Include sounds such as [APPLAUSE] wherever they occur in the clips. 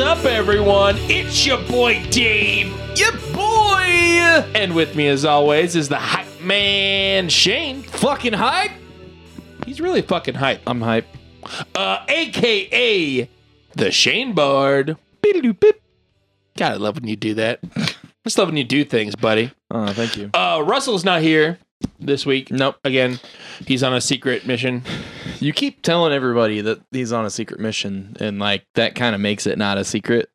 up, everyone? It's your boy Dave, your boy, and with me, as always, is the hype man Shane. Fucking hype. He's really fucking hype. I'm hype. Uh, AKA the Shane Bard. Beep beep. God, I love when you do that. Just love when you do things, buddy. Oh, thank you. Uh, Russell's not here this week. Nope. Again, he's on a secret mission. You keep telling everybody that he's on a secret mission, and like that kind of makes it not a secret.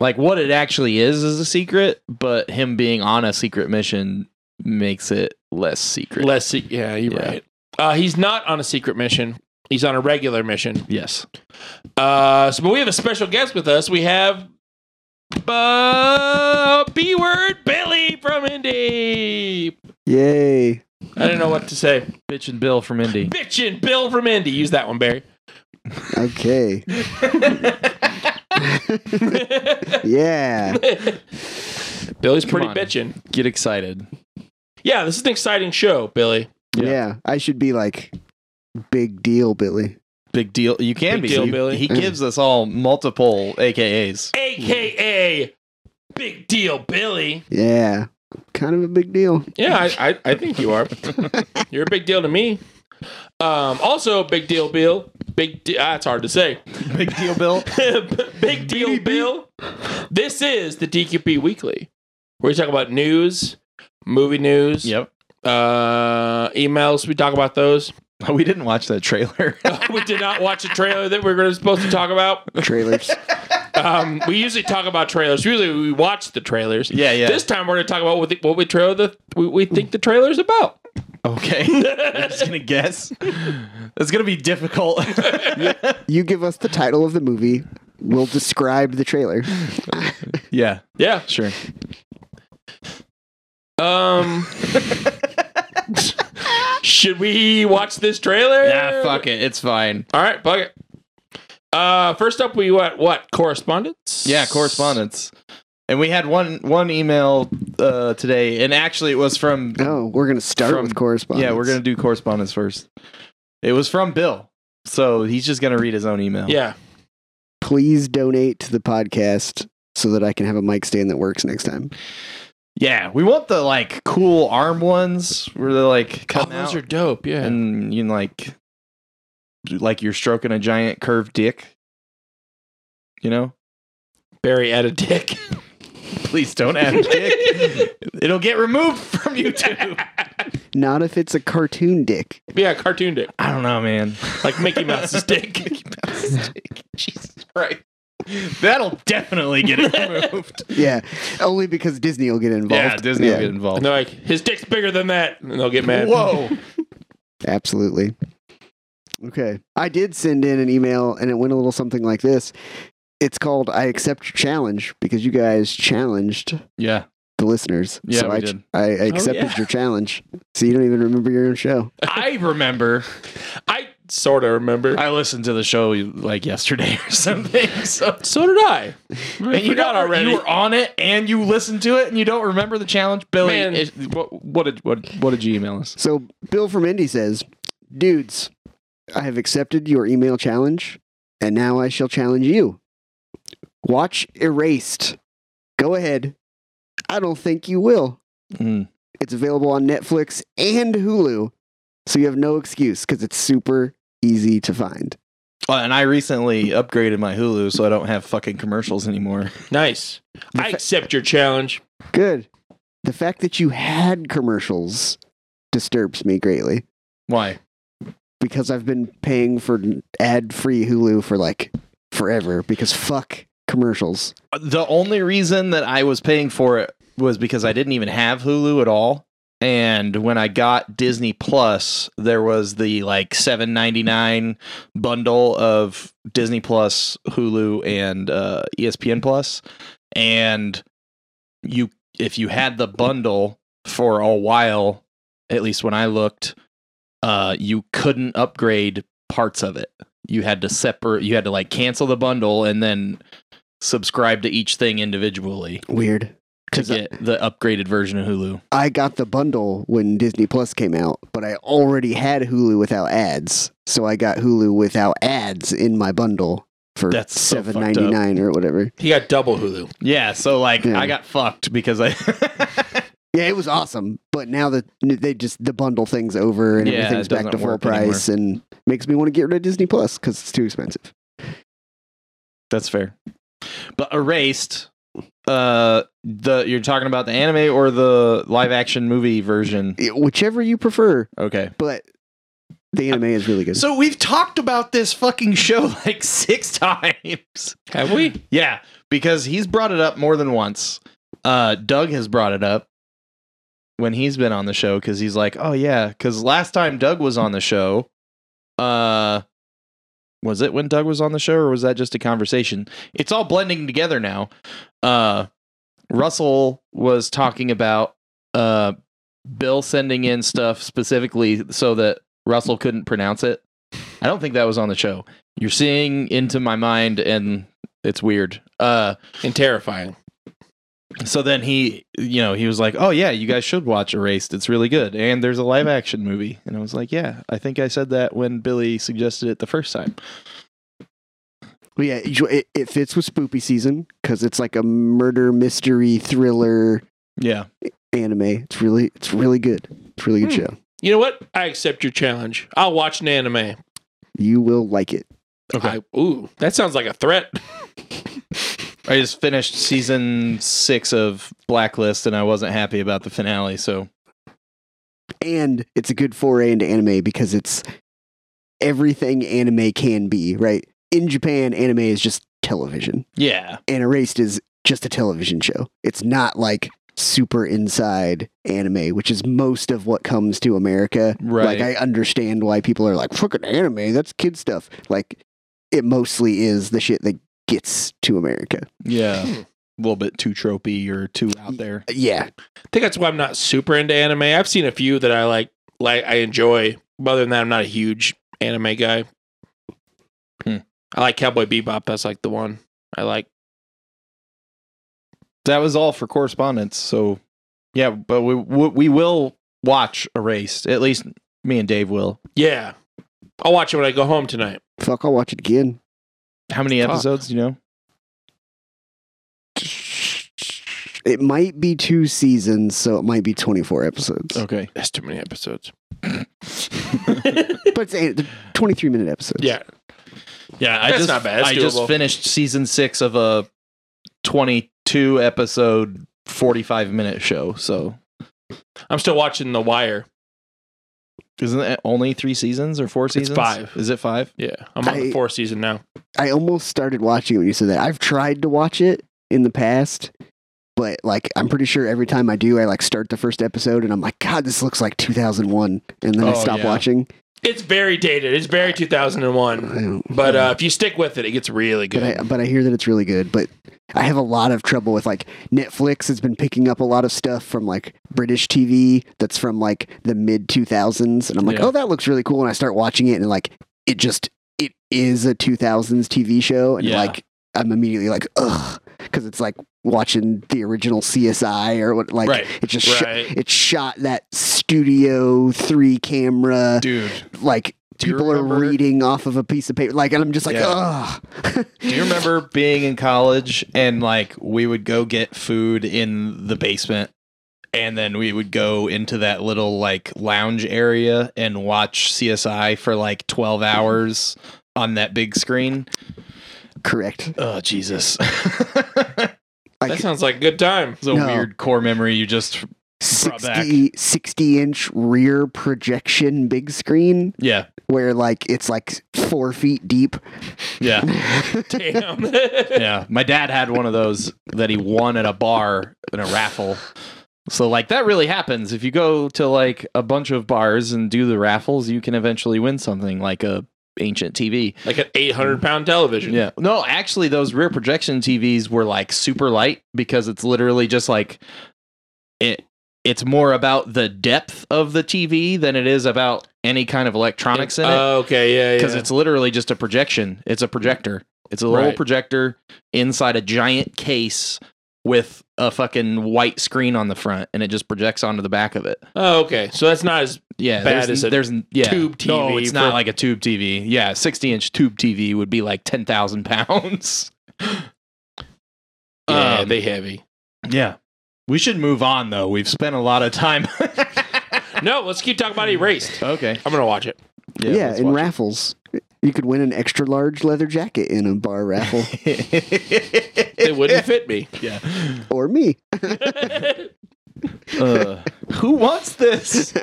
Like what it actually is is a secret, but him being on a secret mission makes it less secret. Less, se- yeah, you're Yeah. right. Uh, he's not on a secret mission. He's on a regular mission. yes. Uh, so, but we have a special guest with us. We have uh, B word Billy from Indy. Yay. I don't know what to say. Bitch and Bill from Indy. Bitchin' Bill from Indy. Use that one, [LAUGHS] Barry. Okay. Yeah. Billy's Come pretty on. bitchin'. Get excited. Yeah, this is an exciting show, Billy. Yeah. yeah. I should be like big deal, Billy. Big deal. You can Big be. deal, He- Billy. He gives us all multiple AKAs. AKA Big Deal Billy. Yeah. Kind of a big deal. Yeah, I, I, I think you are. You're a big deal to me. Um, also, big deal, Bill. Big. De- ah, it's hard to say. Big deal, Bill. [LAUGHS] big deal, Bill. This is the DQP Weekly, where we talk about news, movie news, Yep. uh, emails. We talk about those. [LAUGHS] Oh, We didn't watch that trailer. [LAUGHS] we did not watch a trailer that we were supposed to talk about. [LAUGHS] Trailers. Um, we usually talk about trailers. Usually, we watch the trailers. yeah, yeah. This time, we're going to talk about what, the, what we trailer the we, we think the trailer's [LAUGHS] about. okay. [LAUGHS] I'm just gonna guess. It's gonna be difficult. you give us the title of the movie. We'll describe the trailer. yeah, yeah. sure. Um, [LAUGHS] should we watch this trailer? Yeah, fuck it. It's fine. All right, fuck it. Uh, first up, we went what correspondence? Yeah, correspondence. And we had one one email uh, today, and actually it was from Oh, we're going to start From- with correspondence. yeah. We're gonna do correspondence first. It was from Bill, so he's just gonna read his own email. Yeah, Please donate to the podcast so that I can have a mic stand that works next time. yeah. We want the like cool arm ones where they're like oh, cutting those out. are dope. Yeah, and you know, like like you're stroking a giant curved dick you know Barry at a dick. [LAUGHS] please don't add a dick [LAUGHS] it'll get removed from [LAUGHS] youtube Not if it's a cartoon dick. yeah, cartoon dick, i don't know man like Mickey [LAUGHS] Mouse's dick. Mickey Mouse's dick. jesus christ [LAUGHS] that'll definitely get [LAUGHS] it removed [LAUGHS] Yeah. Only because Disney will get yeah involved. disney will Yeah. get involved And they're like, his dick's bigger than that, and they'll get mad. whoa Absolutely. Okay. I did send in an email and it went a little something like this. It's called I Accept Your Challenge because you guys challenged yeah the listeners. Yeah, so we I, did. I accepted yeah. your challenge. So you don't even remember your own show. i remember I sort of remember. i listened to the show like yesterday or something so so did I. And you forgot got already. You were on it, and you listened to it, and you don't remember the challenge, Billy. Man. it- what, what did what, what did you email us? So Bill from Indy says, Dudes, I have accepted your email challenge and now I shall challenge you. Watch Erased. Go ahead. I don't think you will. Mm. It's available on Netflix and Hulu. So you have no excuse because it's super easy to find. Well, Uh, and I recently upgraded my Hulu, so I don't have fucking commercials anymore. Nice. I accept your challenge. Good. The fact that you had commercials disturbs me greatly Why? because I've been paying for ad free Hulu for like forever because fuck commercials. The only reason that I was paying for it was because I didn't even have Hulu at all. And when I got Disney Plus, there was the like seven ninety nine bundle of Disney Plus, Hulu, and uh, ESPN Plus. and you if you had the bundle for a while at least when i looked uh you couldn't upgrade parts of it you had to separate you had to like cancel the bundle and then subscribe to each thing individually Weird. to 'Cause I- get the upgraded version of hulu I got the bundle when Disney Plus came out, but I already had Hulu without ads. So I got Hulu without ads in my bundle for That's so fucked seven ninety nine or whatever. He got double Hulu. Yeah, so like Yeah. I got fucked because I [LAUGHS] Yeah, it was awesome. But now that they just the bundle things over and Yeah, it everything's back doesn't to full work price, and makes me want to get rid of Disney Plus because it's too expensive. That's fair. But erased uh the you're talking about the anime or the live action movie version. Yeah, Whichever you prefer, Okay. but the anime is really good. So we've talked about this fucking show [LAUGHS] like 6 times. Have we? Yeah, because he's brought it up more than once. Uh, Doug has brought it up when he's been on the show because he's like, oh yeah, because last time Doug was on the show, uh, was it when Doug was on the show or was that just a conversation? It's all blending together now. Uh, Russell was talking about uh, Bill sending in stuff specifically so that Russell couldn't pronounce it. I don't think that was on the show. You're seeing into my mind and it's weird. Uh, And terrifying. so then he, you know, he was like, "Oh yeah, you guys should watch Erased. It's really good." And there's a live action movie, and I was like, "Yeah, I think I said that when Billy suggested it the first time." Well, yeah, you- it, it fits with spoopy season because it's like a murder mystery thriller Yeah, anime. It's really, it's really good. It's a really good Hmm. show. You know what? I accept your challenge. I'll watch an anime. You will like it. Okay. I- ooh, that sounds like a threat. I just finished season six of Blacklist, and I wasn't happy about the finale. So and it's a good foray into anime because it's everything anime can be right in japan anime is just television yeah, and erased is just a television show it's not like super inside anime which is most of what comes to america right. like i understand why people are like fucking anime that's kid stuff like it mostly is the shit that gets to america yeah, [LAUGHS] Hmm. a little bit too tropey or too out there. yeah I think that's why I'm not super into anime. I've seen a few that I like, like I enjoy. But other than that, I'm not a huge anime guy. Hmm. I like Cowboy Bebop. That's like the one I like. that was all for correspondence. So, yeah, but we we we will watch Erased. At least me and Dave will. Yeah, I'll watch it when I go home tonight. fuck i'll watch it again How many Fuck. episodes do you know? it might be two seasons so it might be 24 episodes Okay. That's too many episodes. but it's a- 23 minute episodes. Yeah, Yeah, I That's just not bad. It's I just doable. finished season six of a twenty-two episode, forty-five minute show. So I'm still watching The Wire. isn't that only three seasons or four seasons? five. Is it five? Yeah, I'm on the I- fourth season now. I almost started watching it when you said that. I've tried to watch it in the past, but like I'm pretty sure every time I do, I like start the first episode and I'm like, God, this looks like 2001, and then I Oh, stop yeah. watching. It's very dated. It's very I 2001. don't- But uh, if you stick with it, it gets really But good. I, but I hear that it's really good. But I have a lot of trouble with like Netflix has been picking up a lot of stuff from like British TV that's from like the mid 2000s. And I'm like, Yeah. oh, that looks really cool. And I start watching it and like it just, it is a 2000s TV show. And Yeah. like I'm immediately like, ugh, because it's like watching the original CSI or what, like Right. it just, sho- Right. it shot that studio three camera, Dude, like, do [LAUGHS] you People are remember- reading off of a piece of paper, like, and I'm just like, Yeah. ugh. do you remember being in college and like we would go get food in the basement? And then we would go into that little like lounge area and watch CSI for like 12 hours on that big screen. Correct. Oh Jesus! [LAUGHS] That sounds like a good time. [LAUGHS] it's a No. weird core memory you just brought back. 60, 60 inch rear projection big screen yeah where like it's like four feet deep. [LAUGHS] yeah Damn. [LAUGHS] yeah. My dad had one of those that he won at a bar in a raffle. So like that really happens if you go to like a bunch of bars and do the raffles, you can eventually win something like a ancient TV. like an 800 pound television. Yeah. No, actually, those rear projection TVs were like super light because it's literally just like it. It's more about the depth of the TV than it is about any kind of electronics in it Oh, okay. Yeah. Yeah. because it's literally just a projection. It's a projector. It's a little Right. projector inside a giant case with a fucking white screen on the front and it just projects onto the back of it. Oh, okay. So that's not as Yeah, Bad there's, as a there's yeah. tube No, TV it's not for- like a tube TV. Yeah, sixty inch tube TV would be like ten thousand pounds. yeah, Um, they heavy. [LAUGHS] Yeah, we should move on though. We've spent a lot of time. [LAUGHS] No, let's keep talking about erased. okay. I'm gonna watch it. Yeah, let's in watch raffles. You could win an extra large leather jacket in a [LAUGHS] bar raffle. it. They wouldn't fit me. yeah. or me. Uh, who wants [LAUGHS] this?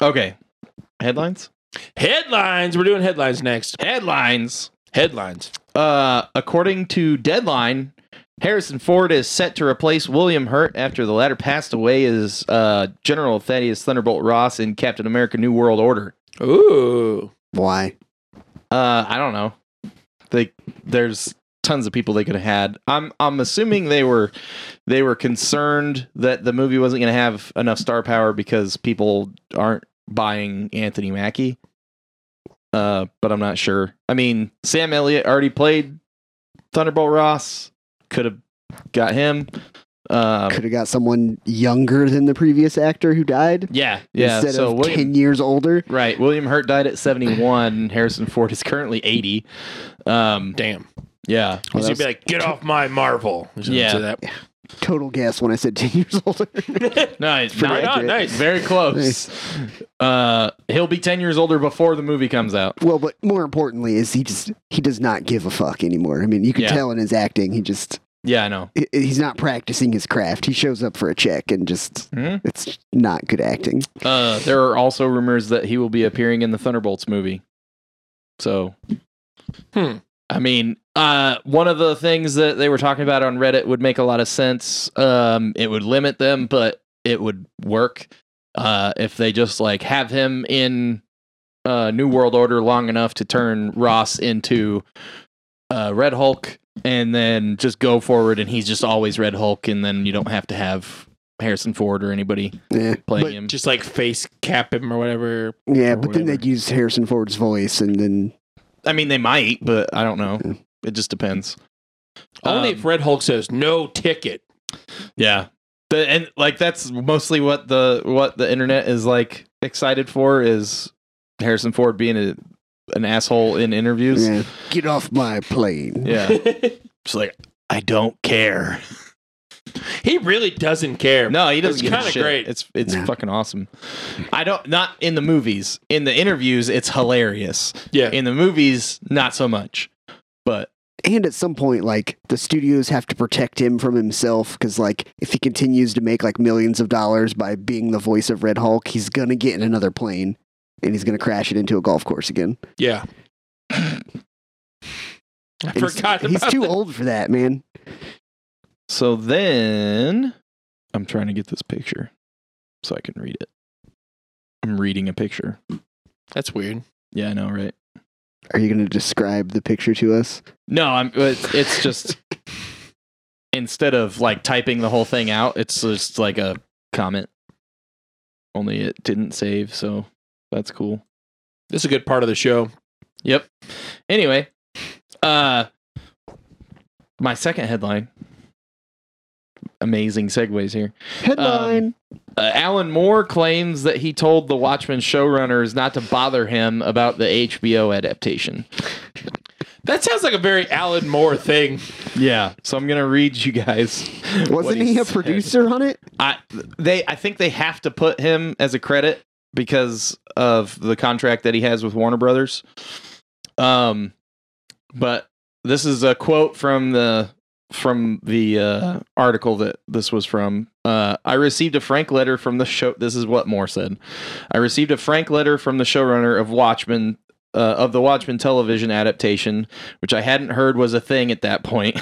Okay. Headlines. headlines. We're doing headlines next. Headlines. Headlines. Uh, according to Deadline, Harrison Ford is set to replace William Hurt after the latter passed away as uh, General Thaddeus Thunderbolt Ross in Captain America: New World Order. Ooh. Why? Uh, I don't know. They there's tons of people they could have had. I'm I'm assuming they were they were concerned that the movie wasn't going to have enough star power because people aren't buying Anthony Mackie. Uh, but I'm not sure. I mean, Sam Elliott already played Thunderbolt Ross. Could have got him. Um, Could have got someone younger than the previous actor who died yeah, yeah. instead So of William, 10 years older. right, William Hurt died at 71. Harrison Ford is currently 80. Um, Damn. yeah. Well, He's gonna that's be like, get off my Marvel. He's gonna Yeah. say that. total guess when I said 10 [LAUGHS] years [LAUGHS] older. No, it's Pretty not, Right on. accurate. Nice. very [LAUGHS] close. Uh, he'll be ten years older before the movie comes out. well, but more importantly is he just he does not give a fuck anymore. I mean, you can Yeah. tell in his acting he just Yeah, I know. he- he's not practicing his craft. He shows up for a check and just Hmm? Mhm. it's not good acting. Uh, there are also rumors that he will be appearing in the Thunderbolts movie. So, Hmm. I mean, uh, one of the things that they were talking about on Reddit would make a lot of sense. Um, it would limit them, but it would work uh, if they just like have him in uh, New World Order long enough to turn Ross into uh, Red Hulk, and then just go forward, and he's just always Red Hulk, and then you don't have to have Harrison Ford or anybody Yeah. playing But him. just like face cap him or whatever. Yeah, Or but then whatever. they'd use Harrison Ford's voice and then I mean, they might, but I don't know. It just depends. Only Um, if Red Hulk says no ticket. Yeah, the, and like that's mostly what the what the internet is like excited for is Harrison Ford being a, an asshole in interviews. yeah, get off my plane. [LAUGHS] Yeah, just like I don't care. [LAUGHS] he really doesn't care. No, he doesn't. It's give a kinda shit. great. It's it's Yeah. fucking awesome. I don't not in the movies. In the interviews, it's hilarious. Yeah. In the movies, not so much. But And at some point, like the studios have to protect him from himself because, like, if he continues to make like millions of dollars by being the voice of Red Hulk, he's gonna get in another plane and he's gonna crash it into a golf course again. yeah. I And forgot he's, about he's too that. old for that, man. So then I'm trying to get this picture so I can read it. I'm reading a picture. That's weird. Yeah, I know, right? Are you gonna describe the picture to us? No, I'm it's, it's just instead of like typing the whole thing out, it's just like a comment. Only it didn't save, so that's cool. This is a good part of the show. Yep. Anyway, uh my second headline. Amazing segues here. Headline. Uh, Alan Moore claims that he told the Watchmen showrunners not to bother him about the HBO adaptation. That sounds like a very Alan Moore thing. Yeah, so I'm gonna read you guys. Um, what Wasn't he a said. producer on it? I they I think they have to put him as a credit because of the contract that he has with Warner Brothers. Um, but this is a quote from the from the uh, article that this was from. Uh, I received a frank letter from the show. This is what Moore said. I received a frank letter from the showrunner of Watchmen. Uh, of the Watchmen television adaptation, which I hadn't heard was a thing at that point.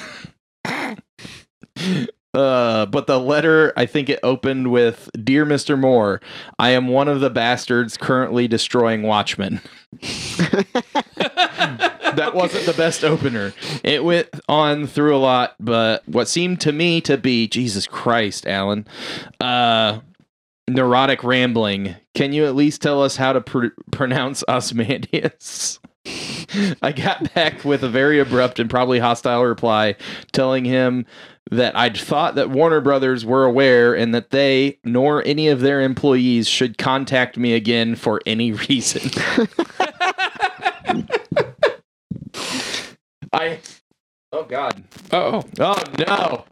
Uh, but the letter, I think it opened with Dear Mr. Moore, I am one of the bastards currently destroying Watchmen. [LAUGHS] that wasn't the best opener. It went on through a lot, but what seemed to me to be, Jesus Christ, Alan, uh, neurotic rambling. Can you at least tell us how to pr- pronounce Osmandius? [LAUGHS] I got [LAUGHS] back with a very abrupt and probably hostile reply telling him that I'd thought that Warner Brothers were aware and that they nor any of their employees should contact me again for any [LAUGHS] reason. I Oh god. Oh. Oh no.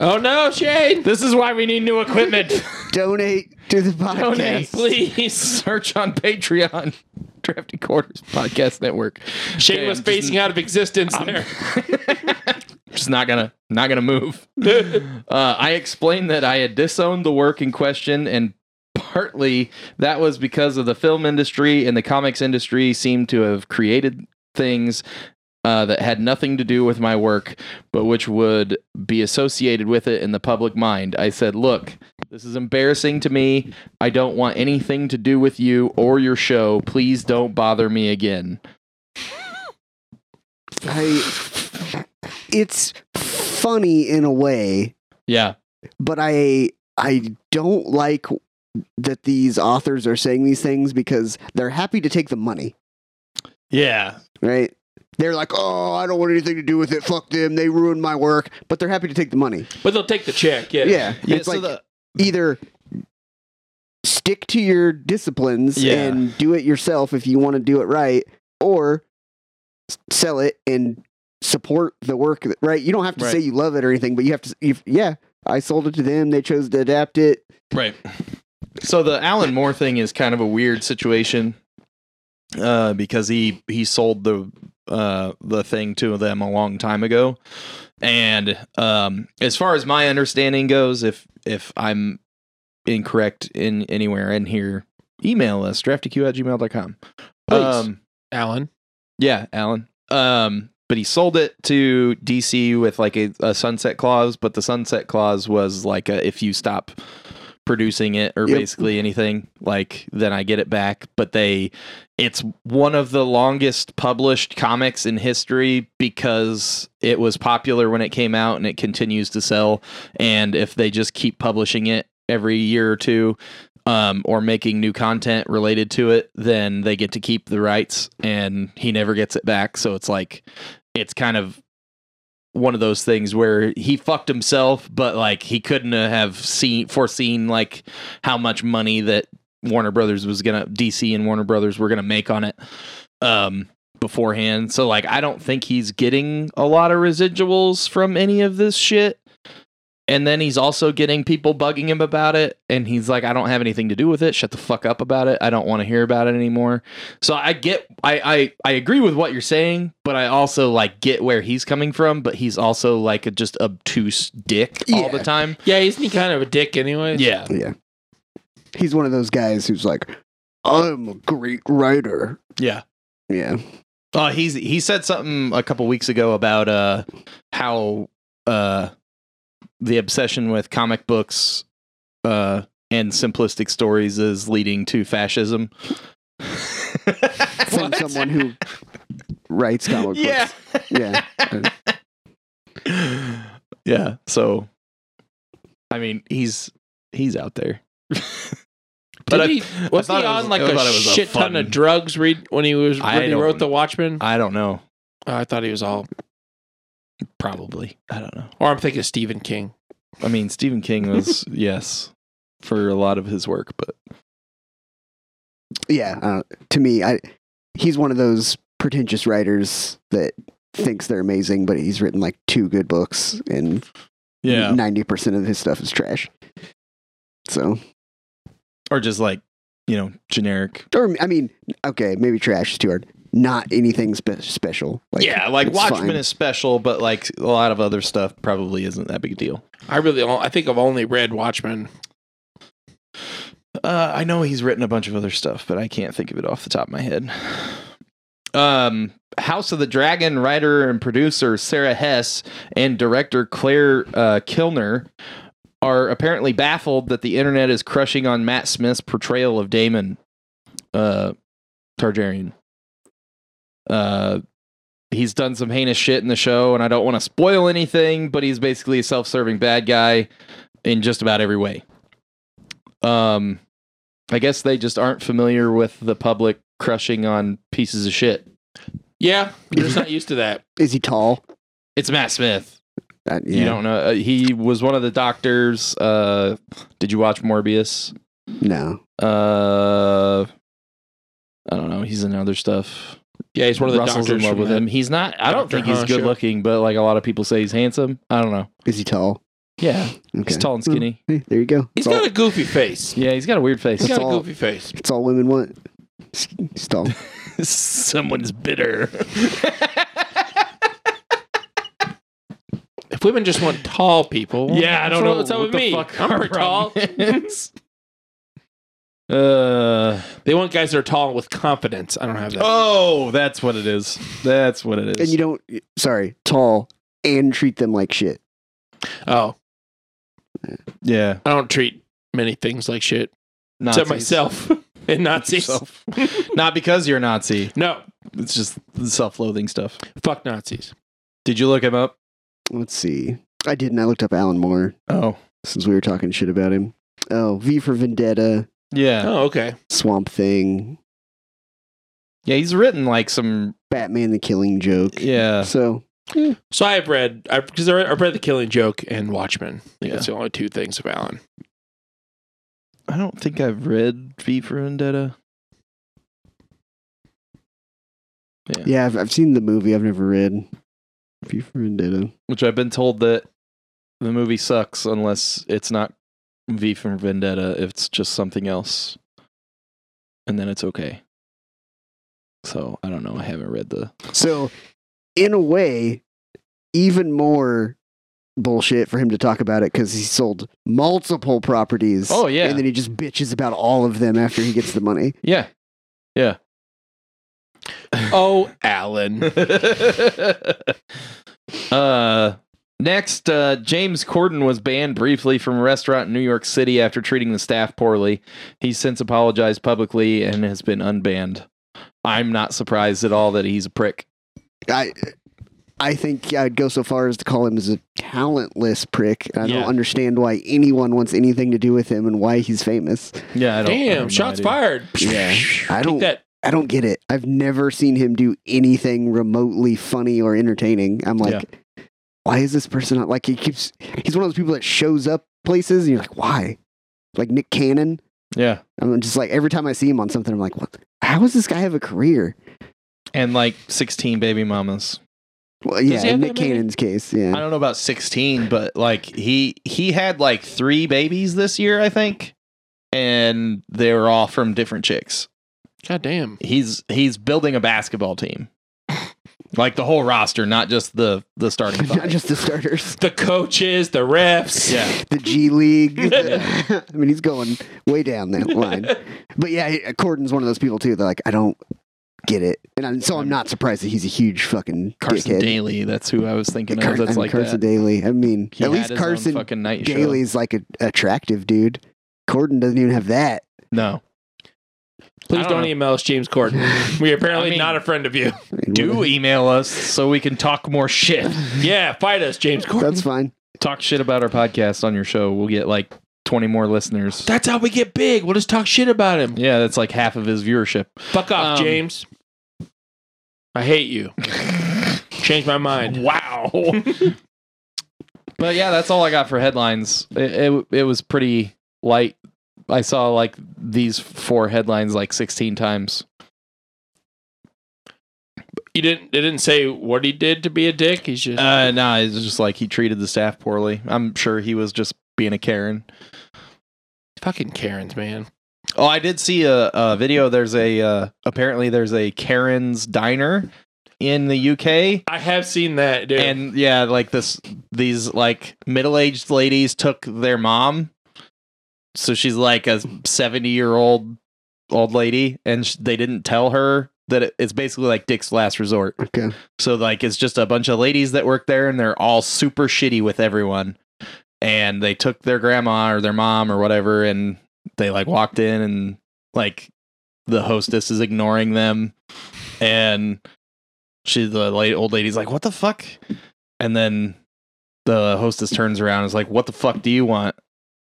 Oh no, Shane. This is why we need new equipment. Donate to the podcast. [LAUGHS] Donate. Please. Search on Patreon. Drafty Quarters Podcast Network. Shane Okay, was I'm just- facing out of existence there. just not gonna not gonna move. [LAUGHS] uh, I explained that I had disowned the work in question, and partly that was because of the film industry and the comics industry seemed to have created things uh, that had nothing to do with my work, but which would be associated with it in the public mind. I said, "Look." This is embarrassing to me. I don't want anything to do with you or your show. Please don't bother me again. I, it's funny in a way, Yeah. but I I don't like that these authors are saying these things because they're happy to take the money, Yeah. right? They're like, oh, I don't want anything to do with it. Fuck them. They ruined my work, but they're happy to take the money. but they'll take the check. Yeah. Yeah, Yeah, it's so like the- either stick to your disciplines Yeah. and do it yourself if you want to do it right, or s- sell it and support the work. that- Right? You don't have to Right. say you love it or anything, but you have to. You, yeah, I sold it to them. They chose to adapt it. Right. So the Alan Moore thing is kind of a weird situation uh, because he he sold the uh, the thing to them a long time ago, and um, as far as my understanding goes, if if I'm incorrect in anywhere in here, email us draftyq at gmail.com. Please. Um, Alan. Yeah, Alan. Um, but he sold it to DC with like a, a sunset clause, but the sunset clause was like a, if you stop producing it or Yep. basically anything, like then I get it back. But they, it's one of the longest published comics in history because it was popular when it came out and it continues to sell. And if they just keep publishing it every year or two, um, or making new content related to it, then they get to keep the rights and he never gets it back. So it's like, it's kind of one of those things where he fucked himself, but like he couldn't have seen, foreseen like how much money that Warner Brothers was going to, DC and Warner Brothers were going to make on it. Um, beforehand. So like I don't think he's getting a lot of residuals from any of this shit. And then he's also getting people bugging him about it and he's like I don't have anything to do with it. Shut the fuck up about it. I don't want to hear about it anymore. So I get I I I agree with what you're saying, but I also like get where he's coming from, but he's also like a just obtuse dick all the Yeah. time. Yeah, isn't he kind of a dick anyway? Yeah. Yeah, he's one of those guys who's like, I'm a great writer. Yeah. Yeah, Oh, he's he said something a couple weeks ago about uh how uh the obsession with comic books uh and simplistic stories is leading to fascism. [LAUGHS] from someone who writes [LAUGHS] comic yeah. books. Yeah, yeah, so I mean, he's he's out there. [LAUGHS] But I- he, was thought he it was- on like I a thought it was a shit ton fun- of drugs read when he was I when he don't- wrote The Watchmen? I don't know. Oh, I thought he was all. Probably. I don't know. Or I'm thinking Stephen King. I mean, Stephen King [LAUGHS] was yes for a lot of his work, but yeah. Uh, to me, I he's one of those pretentious writers that thinks they're amazing, but he's written like two good books, and ninety percent of his stuff is trash. So, or just like you know generic. or I mean, okay, maybe trash is too hard. Not anything spe- special. yeah, like it's Watchmen fine. is special, but like a lot of other stuff probably isn't that big a deal. I really, I think I've only read Watchmen. Uh, I know he's written a bunch of other stuff, but I can't think of it off the top of my head. Um, House of the Dragon writer and producer Sarah Hess and director Claire uh, Kilner are apparently baffled that the internet is crushing on Matt Smith's portrayal of Damon uh, Targaryen. Uh, he's done some heinous shit in the show, and I don't want to spoil anything, but he's basically a self-serving bad guy in just about every way um i guess they just aren't familiar with the public crushing on pieces of shit Yeah, we're just not used to that. Is he tall? It's Matt Smith. Uh, You don't know. Uh, he was one of the doctors. Uh, did you watch Morbius? No. Uh, I don't know. He's in other stuff. [LAUGHS] Yeah, he's one of the Russell's doctors in love from with that- him. He's not. I don't Doctor think he's Huh good show. looking, but like a lot of people say, he's handsome. I don't know. Is he tall? Yeah, Okay. he's tall and skinny. Hey, there you go. He's It's all, got a goofy face. Yeah, he's got a weird face. He's got a all- goofy face. it's all women want. [LAUGHS] He's tall. Someone's bitter. If women just want tall people, yeah, I that's don't know What's up with the me? fuck I'm our pretty tall. [LAUGHS] problem is. uh They want guys that are tall and with confidence. I don't have that. oh, that's what it is. That's what it and is. you don't, sorry, tall and treat them like shit. oh, yeah, I don't treat many things like shit. [LAUGHS] Nazis. Except [LAUGHS] myself and Nazis. Yourself. [LAUGHS] Not because you're a Nazi. [LAUGHS] No, It's just the self-loathing stuff. fuck Nazis. Did you look him up? Let's see. I didn't. I looked up Alan Moore Oh, since we were talking shit about him. Oh, V for Vendetta, yeah, Oh, okay. Swamp Thing, yeah. He's written like some. Batman the Killing Joke. Yeah, So, So I've read I because I, I read The Killing Joke and Watchmen. I think Yeah. that's the only two things of [LAUGHS] Alan. I don't think I've read V for Vendetta. yeah, I've, I've seen the movie. I've never read V for Vendetta. which I've been told that the movie sucks unless it's not V for Vendetta, if it's just something else, and then it's okay. So I don't know. I haven't read the. So, in a way, even more bullshit for him to talk about it because he sold multiple properties. Oh, yeah. and then he just bitches about all of them after he gets the money. [LAUGHS] Yeah. Oh, [LAUGHS] Alan. uh, next, uh, James Corden was banned briefly from a restaurant in New York City after treating the staff poorly. He's since apologized publicly and has been unbanned. I'm not surprised at all that he's a prick. I. I think I'd go so far as to call him as a talentless prick. I Yeah. don't understand why anyone wants anything to do with him and why he's famous. Yeah, I don't. I have Damn, no shots idea. fired. [LAUGHS] Yeah. I Take don't that. I don't get it. I've never seen him do anything remotely funny or entertaining. I'm like, why is this person not like he keeps he's one of those people that shows up places and you're like, why? Like Nick Cannon. Yeah. I'm just like every time I see him on something, I'm like, what how does this guy have a career? and like 16 baby mamas. Well, he yeah, have in that Nick many? Cannon's case, I [LAUGHS] yeah. don't know about 16, but like he he had like 3 babies this year, I think. And they were all from different chicks. God damn. He's he's building a basketball team. Like the whole roster, not just the the [LAUGHS] starting Not five. just the starters, The coaches, the refs. yeah. the G League. [LAUGHS] I mean, he's going way down [LAUGHS] that line. But yeah, Corden's one of those people too. They're like, I don't get it, and I'm, so I'm not surprised that he's a huge fucking Carson dickhead. Daly, that's who I was thinking Car- of. That's I mean, like Carson that. Daly. I mean, He had at least his own Carson fucking night show. Daly's like an attractive dude. Corden doesn't even have that. No. I Please don't don't know. email us, James [LAUGHS] Corden. We are apparently I mean- not a friend of you. I mean, Do [LAUGHS] what- email us so we can talk more shit. Yeah, fight us, James Corden. That's fine. Talk shit about our podcast on your show. We'll get like 20 more listeners. That's how we get big. We'll just talk shit about him. Yeah, that's like half of his [LAUGHS] viewership. Fuck off, Um, James. I hate you. Change my mind. Wow. [LAUGHS] But yeah, that's all I got for headlines. It, it, it was pretty light. I saw like these four headlines like 16 times. you didn't. It didn't say what he did to be a dick. He's just. Uh, nah, it's just like he treated the staff poorly. I'm sure he was just being a Karen. Fucking Karens, man. Oh, I did see a, a video. There's a, uh, apparently there's a Karen's diner in the UK. I have seen that, dude. and yeah like this these like middle-aged ladies took their mom so she's like a 70 year old old lady and sh- they didn't tell her that it, it's basically like dick's last resort Okay. so like it's just a bunch of ladies that work there and they're all super shitty with everyone and they took their grandma or their mom or whatever and they like walked in and like the hostess is ignoring them and she the late old lady's like what the fuck and then the hostess turns around and is like what the fuck do you want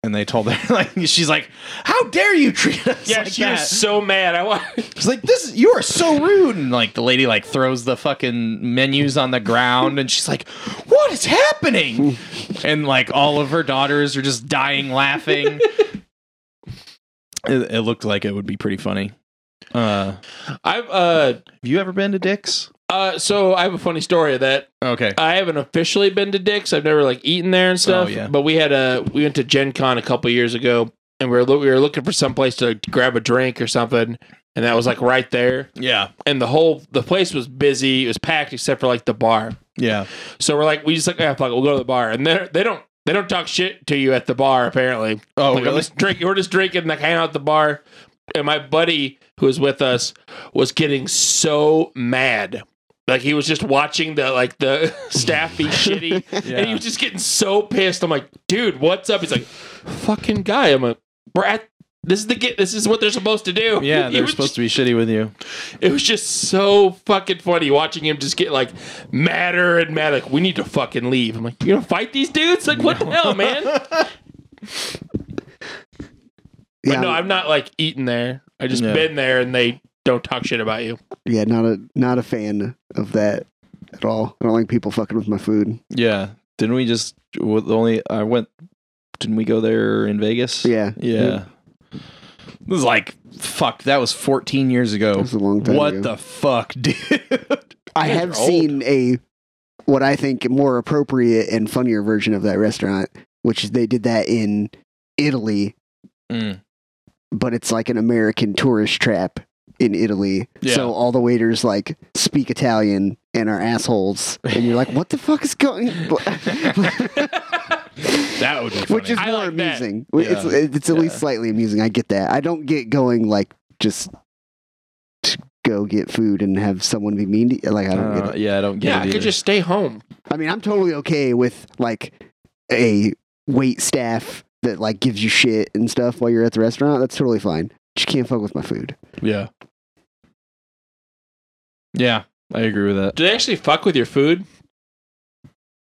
And they told her [LAUGHS] like she's like, "How dare you treat us Yeah, like she that?" was so mad. I want. She's like, "This you are so rude." And like the lady like throws the fucking menus on the ground and she's like, "What is [LAUGHS] happening?" and like all of her daughters are just dying laughing. it, it looked like it would be pretty funny. Uh, [LAUGHS] I've uh have you ever been to Dick's? uh. So I have a funny story of that. Okay. I haven't officially been to Dick's. I've never like eaten there and stuff. Oh, yeah. But we had a we went to Gen Con a couple years ago, and we were lo- we were looking for some place to grab a drink or something, and that was like right there. Yeah. And the whole the place was busy. It was packed except for like the bar. Yeah. So we're like we just like ah, fuck, it, we'll go to the bar, and they they don't they don't talk shit to you at the bar apparently. Oh, Like, I'm really? just drinking. We're just drinking, like hanging out at the bar. And my buddy who was with us was getting so mad. Like he was just watching the like the [LAUGHS] staff [LAUGHS] be shitty, and he was just getting so pissed. I'm like, dude, what's up? He's like, fucking guy. I'm like, we're at this is the get. This is what they're supposed to do. Yeah, [LAUGHS] He they're was supposed to be shitty with you. it was just so fucking funny watching him just get like madder and madder. Like, we need to fucking leave. I'm like, you gonna fight these dudes? Like, what the hell, [LAUGHS] man? But Yeah, no, I'm not like eating there. I just No. been there and they don't talk shit about [LAUGHS] you. yeah, not a not a fan of that at all. I don't like people fucking with my food. Yeah. Didn't we just with the only I went didn't we go there in Vegas? Yeah, Yeah. It was like fuck, that was 14 years it ago. was a long time. What ago. the fuck, [LAUGHS] dude? I They're have old. seen a what I think more appropriate and funnier version of that restaurant, which is they did that in Italy, Mm. but it's like an American tourist trap in Italy. Yeah. So all the waiters like speak Italian and are assholes, and you're like, "What the fuck is [LAUGHS] going?" [LAUGHS] That would be funny. Which is I more like that. amusing. Yeah. It's it's at least Yeah. slightly amusing. I get that. I don't get going like just to go get food and have someone be mean to Like I don't get it. Uh, yeah, I don't get yeah, it. I could either. just stay home. I mean, I'm totally okay with like a wait staff that like gives you shit and stuff while you're at the restaurant. That's totally fine. Just can't fuck with my food. Yeah. Yeah, I agree with that. Do they actually fuck with your food?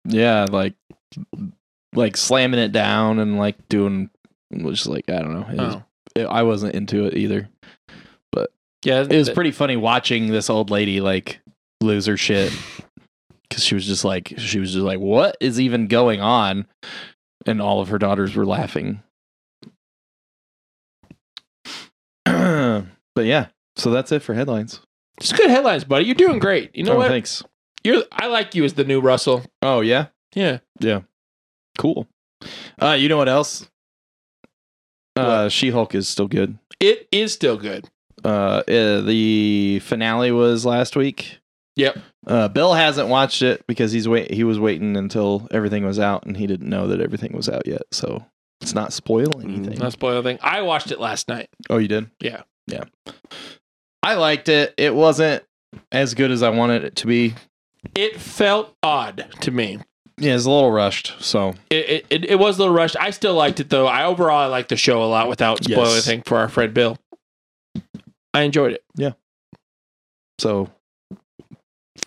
Yeah, like like slamming it down and like doing just like I don't know. It was- Oh. it- I wasn't into it either. Yeah, it was pretty funny watching this old lady like lose her shit because she was just like she was just like what is even going on and all of her daughters were laughing [CLEARS THROAT] but yeah so that's it for headlines It's good headlines, buddy. You're doing great. You know oh what? thanks You're I like you as the new Russell. oh yeah Yeah. cool uh you know what else uh she-hulk is still good It is still good. uh, uh the finale was last week Yep. Uh, Bill hasn't watched it because he's wait he was waiting until everything was out and he didn't know that everything was out yet. So it's not spoil anything. Not spoil anything. I watched it last night. Oh, you did? Yeah. Mm, Yeah. I liked it. It wasn't as good as I wanted it to be. It felt odd to me. Yeah, it's a little rushed. So It, it- it, it was a little rushed. I still liked it though. I overall I liked the show a lot without spoiling Yes. anything for our friend Bill. I enjoyed it. so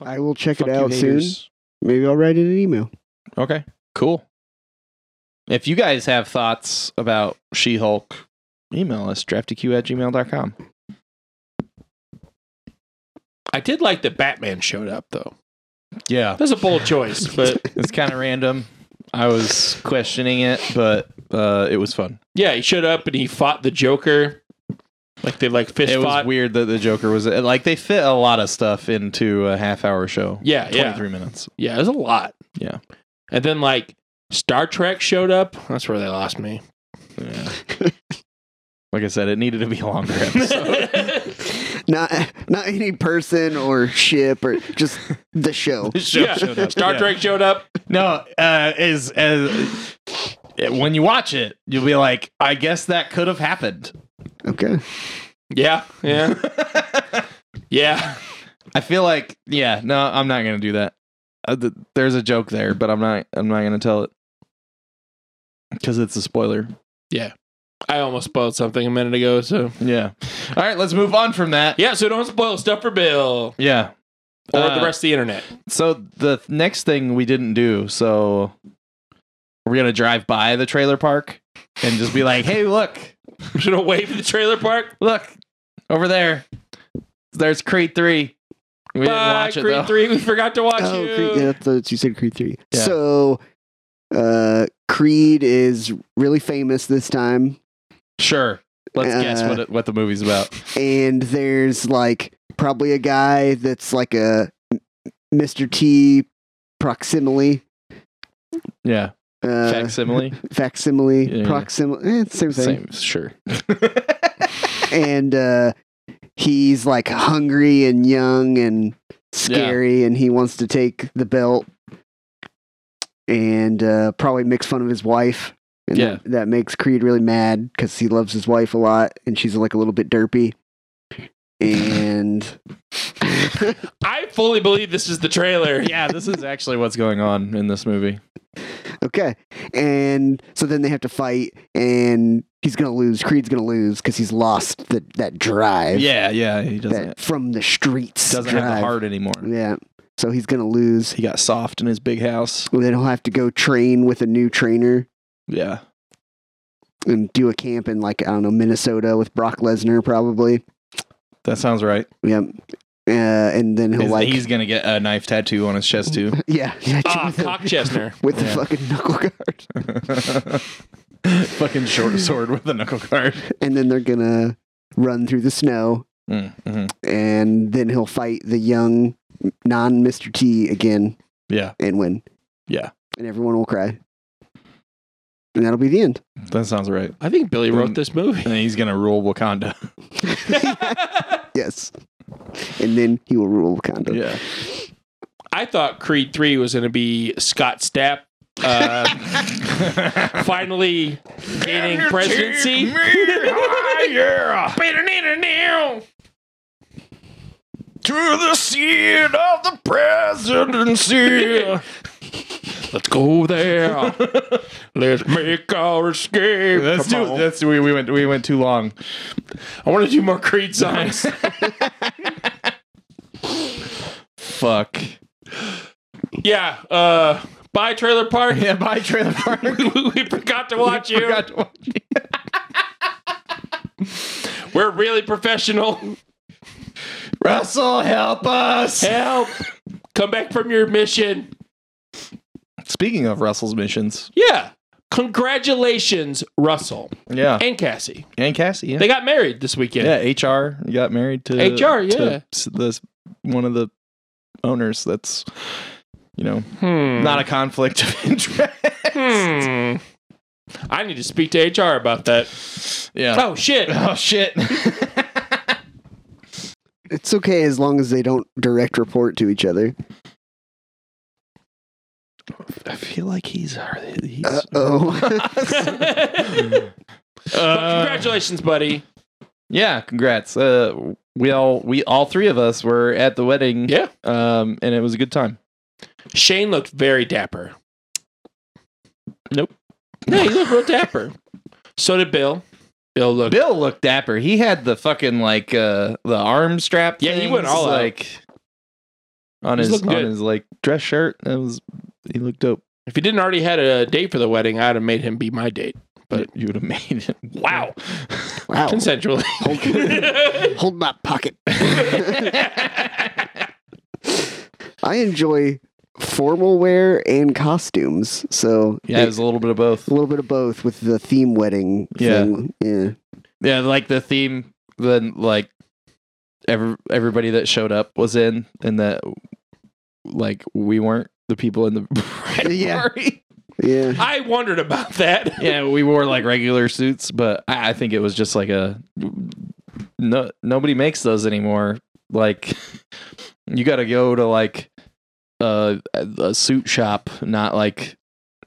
I will check fuck it you out soon. haters. Maybe I'll write it an email. Okay. Cool. If you guys have thoughts about She Hulk, email us draftyq at gmail.com. I did like that Batman showed up though. Yeah. That's a bold [LAUGHS] choice, but It's kind of random. I was questioning it, but uh, it was fun. yeah, he showed up and he fought the Joker. Like they like fist it was fought. weird that the Joker was like they fit a lot of stuff into a half hour show. Yeah, twenty yeah. three minutes. Yeah, it was a lot. Yeah. And then like Star Trek showed up. That's where they lost [LAUGHS] me. Yeah. like I said, it needed to be a [LAUGHS] longer episode. Not not any person or ship or just [LAUGHS] the show. The show Yeah. showed up. Star Yeah. Trek showed up. No, uh, is as when you watch it, you'll be like, I guess that could have happened. Okay. Yeah, yeah, [LAUGHS] yeah. I feel like, yeah, no, I'm not gonna do that. Uh, th- there's a joke there, but I'm not. I'm not gonna tell it because it's a spoiler. I almost spoiled something a minute ago. So Yeah. All right, let's move on from that. yeah, so don't spoil stuff for Bill Yeah. or Uh, the rest of the internet. [LAUGHS] So the th- next thing we didn't do, so we're gonna drive by the trailer park and just be like, "Hey, look, I'm just gonna wait for the trailer park. look over there. There's Creed three. We didn't Bye, watch it Creed though. Three. We forgot to watch Oh, you. Creed, yeah, that's, that's- you said Creed 3. Yeah. So, uh, Creed is really famous this time. Sure. Let's guess Uh, what it, what the movie's about. and there's like probably a guy that's like a Mr. T proximity. Yeah. Uh, Facsimile. facsimile, Yeah, yeah. proximity, eh, it's the [LAUGHS] same thing. Same. Sure. And uh, he's like hungry and young and scary, and he wants to take the belt and uh, probably makes fun of his wife. And Yeah. that, that makes Creed really mad because he loves his wife a lot, and she's like a little bit derpy. [LAUGHS] And I fully believe this is the trailer. yeah. This is actually what's going on in this movie. Okay. And so then they have to fight, and he's going to lose. Creed's going to lose because he's lost the, that drive. Yeah. Yeah. He That doesn't from the streets. doesn't drive. have the heart anymore. Yeah. So he's going to lose. He got soft in his big house. And then he'll have to go train with a new trainer Yeah. and do a camp in, like, I don't know, Minnesota with Brock Lesnar, probably. That sounds right. Yep. Uh, and then he'll, He's, like, he's gonna get a knife tattoo on his chest too. [LAUGHS] yeah. yeah Ah, with the- Cockchester. [LAUGHS] With the Yeah. fucking knuckle [LAUGHS] guard. [LAUGHS] Fucking short [LAUGHS] sword with a knuckle guard. And then they're going to run through the snow, Mm, mhm. and then he'll fight the young non Mr. T again. Yeah, and win. Yeah. And everyone will cry. And that'll be the end. that sounds right. I think Billy wrote wrote this movie. And he's gonna rule Wakanda. Yes. And then he will rule Wakanda. [LAUGHS] Yeah, I thought Creed Three was gonna be Scott Stapp. [LAUGHS] Uh, finally gaining presidency. [LAUGHS] [LAUGHS] yeah. To the seat of the presidency. Let's go [LAUGHS] there. Let's make our escape. Let's Come do. on. [LAUGHS] That's we, we went. We went too long. I want to do more Creed [LAUGHS] songs. Fuck. yeah. Uh, bye, Trailer Park. Yeah, bye, trailer [LAUGHS] [LAUGHS] park. we forgot to watch you. Forgot to watch you. We're really professional. Russell, help us. Help. Come back from your mission. Speaking of Russell's missions, Yeah. Congratulations, Russell yeah, and Cassie. and Cassie, yeah. They got married this weekend. Yeah, HR got married to HR, to yeah. s- this one of the owners. That's you know Hmm. not a conflict of [LAUGHS] interest. Hmm. I need to speak to HR about that. Yeah. Oh shit. [LAUGHS] Oh shit. It's okay as long as they don't direct report to each other. I feel like he's he's. Uh [LAUGHS] oh. but congratulations, buddy. Yeah, congrats. Uh, we all we all three of us were at the wedding. Yeah. Um, and it was a good time. Shane looked very dapper. Nope. Yeah, he looked real dapper. So did Bill. Bill looked. Bill looked dapper. He had the fucking like uh the arm strap. Yeah, he went things, all out. like on He's his looking on good. his like dress shirt. That was he looked dope. If he didn't already had a date for the wedding, I'd have made him be my date. But you would have [LAUGHS] made it. Wow. [LAUGHS] Oh. wow. Consensually. Hold my pocket. I enjoy formal wear and costumes. So Yeah, it was a little bit of both. a little bit of both with the theme wedding Yeah. thing. Yeah. Yeah, like the theme then like every everybody that showed up was in and that like we weren't the people in the [LAUGHS] bridal Yeah. party. Yeah. I wondered about that. yeah, we wore like regular suits, but I, I think it was just like a no. Nobody makes those anymore. Like you got to go to like a, a suit shop, not like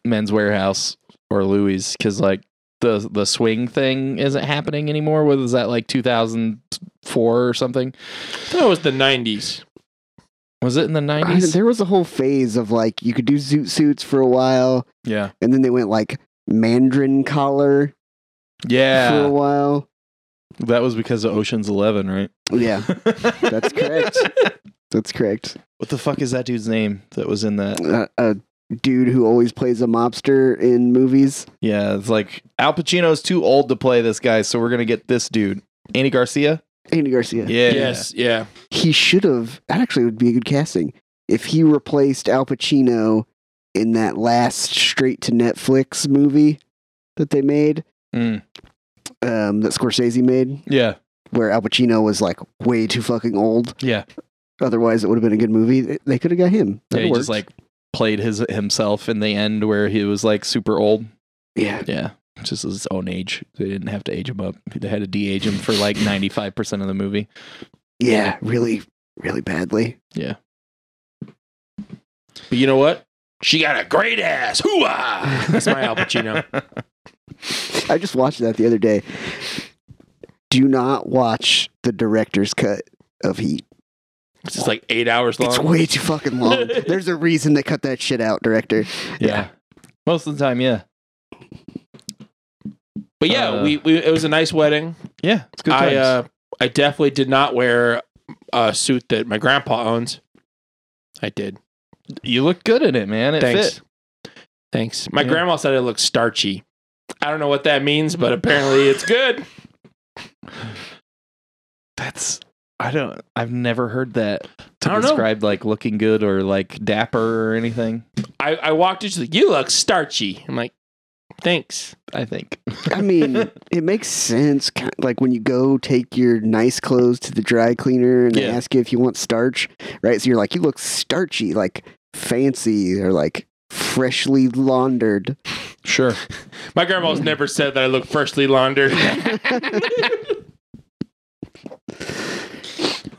Men's Warehouse or Louis, because like the the swing thing isn't happening anymore. What was that like 2004 or something? That was the 90s. Was it in the I- 90s? there was a whole phase of like you could do zoot suits for a while, Yeah, and then they went like Mandarin collar for a yeah. while. That was because of Ocean's Eleven, right? [LAUGHS] Yeah, that's correct. That's correct. What the fuck is that dude's name that was in that? Uh, uh, dude who always plays a mobster in movies. Yeah, it's like Al Pacino's too old to play this guy, so we're gonna get this dude, Andy Garcia. Andy Garcia. Yeah, Yes, yeah. He should have. That actually would be a good casting if he replaced Al Pacino in that last straight to Netflix movie that they made, Mm, um, that Scorsese made, yeah, where Al Pacino was like way too fucking old. yeah. Otherwise, it would have been a good movie. They- They could have got him. yeah That'd he just worked. like played his himself in the end where he was like super old. yeah, Yeah, just his own age. They didn't have to age him up. They had to de-age him for like ninety five percent of the movie. yeah, really, really badly. [LAUGHS] But you know what? She got a great ass. Hooah! That's my Al Pacino. I just watched that the other day. Do not watch the director's cut of Heat. It's just like eight hours long. It's way too [LAUGHS] fucking long. There's a reason they cut that shit out, director. yeah, most of the time. Yeah, But yeah, Uh, we, we it was a nice wedding. yeah. It's good. I times. uh, I definitely did not wear a suit that my grandpa owns. I did. you look good in it, man. It Thanks. fit. Thanks. My Yeah. grandma said it looked starchy. I don't know what that means, but apparently it's good. That's I don't. I've never heard that I don't know. described like looking good or like dapper or anything. I, I walked in, she's like, You look starchy. I'm like, Thanks. I think. [LAUGHS] I mean, it makes sense. ki- Like when you go take your nice clothes to the dry cleaner and they Yeah. ask you if you want starch, right? So you're like, you look starchy, like fancy, or like freshly laundered. Sure. My grandma's never said that I look freshly [LAUGHS] laundered.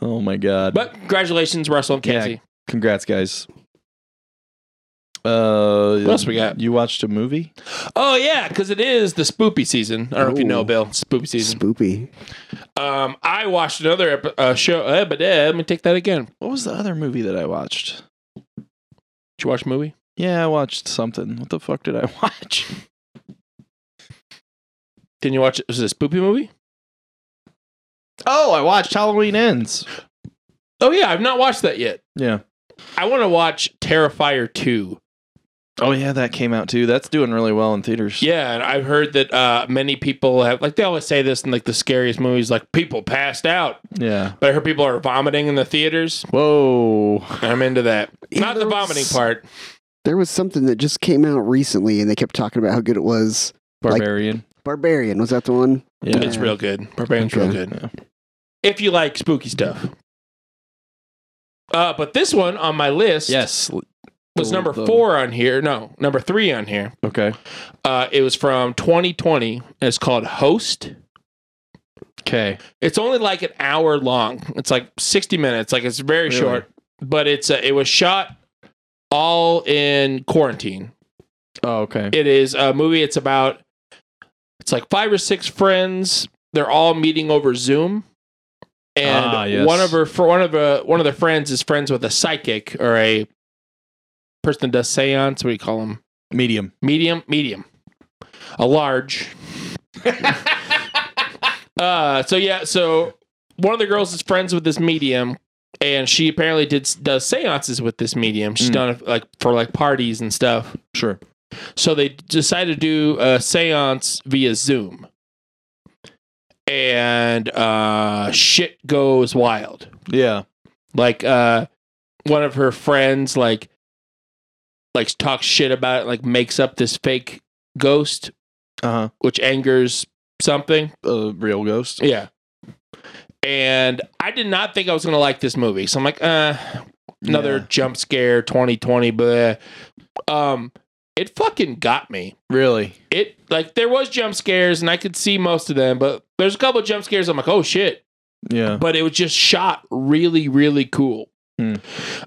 Oh my god. But congratulations, Russell and Yeah. Kenzie. congrats, guys. Uh, What else we got? You watched a movie? Oh yeah, because it is the spoopy season. I don't know if you know, Ooh. Bill. It's spoopy season. Spoopy. Um, I watched another ep- uh, show. Uh, but uh, let me take that again. What was the other movie that I watched? Did you watch a movie? Yeah, I watched something. What the fuck did I [LAUGHS] watch? Didn't you watch? Was it a spoopy movie? Oh, I watched Halloween Ends. Oh yeah, I've not watched that yet. Yeah. I want to watch Terrifier two. Oh yeah, that came out too. That's doing really well in theaters. Yeah, and I've heard that uh, many people have like they always say this in like the scariest movies, like people passed out. Yeah. But I heard people are vomiting in the theaters. Whoa. I'm into that. Yeah, Not the there was- vomiting part. There was something that just came out recently, and they kept talking about how good it was. Like- Barbarian. Barbarian was that the one? yeah. It's real good. Barbarian's real Okay. good. if you like spooky stuff. Uh, but this one on my list Yes. was number The- four on here. No, number three on here. Okay. Uh, it was from 2020. And it's called Host. Okay. It's only like an hour long. It's like 60 minutes. Like it's very Really? short. But it's uh, it was shot all in quarantine. Oh, okay. It is a movie. It's about it's like five or six friends. They're all meeting over Zoom, and Ah, yes. one of her for one of her, one of the friends is friends with a psychic or a person that does seance. What do you call them? Medium. Medium, medium, a [LAUGHS] large. uh, so yeah, so one of the girls is friends with this medium, and she apparently did does seances with this medium. She's Mm. done it like for like parties and stuff. Sure. So they decided to do a seance via Zoom. And uh, shit goes wild. Yeah. Like uh, one of her friends like like talks shit about it, like makes up this fake ghost, Uh which angers something. huh. A real ghost. Yeah. And I did not think I was gonna like this movie. So I'm like, uh, another Yeah. jump scare, 2020, blah. Um, it fucking got me Really. it like there was jump scares and I could see most of them, but there's a couple of jump scares I'm like, oh shit. Yeah. But it was just shot really, really cool. Hmm.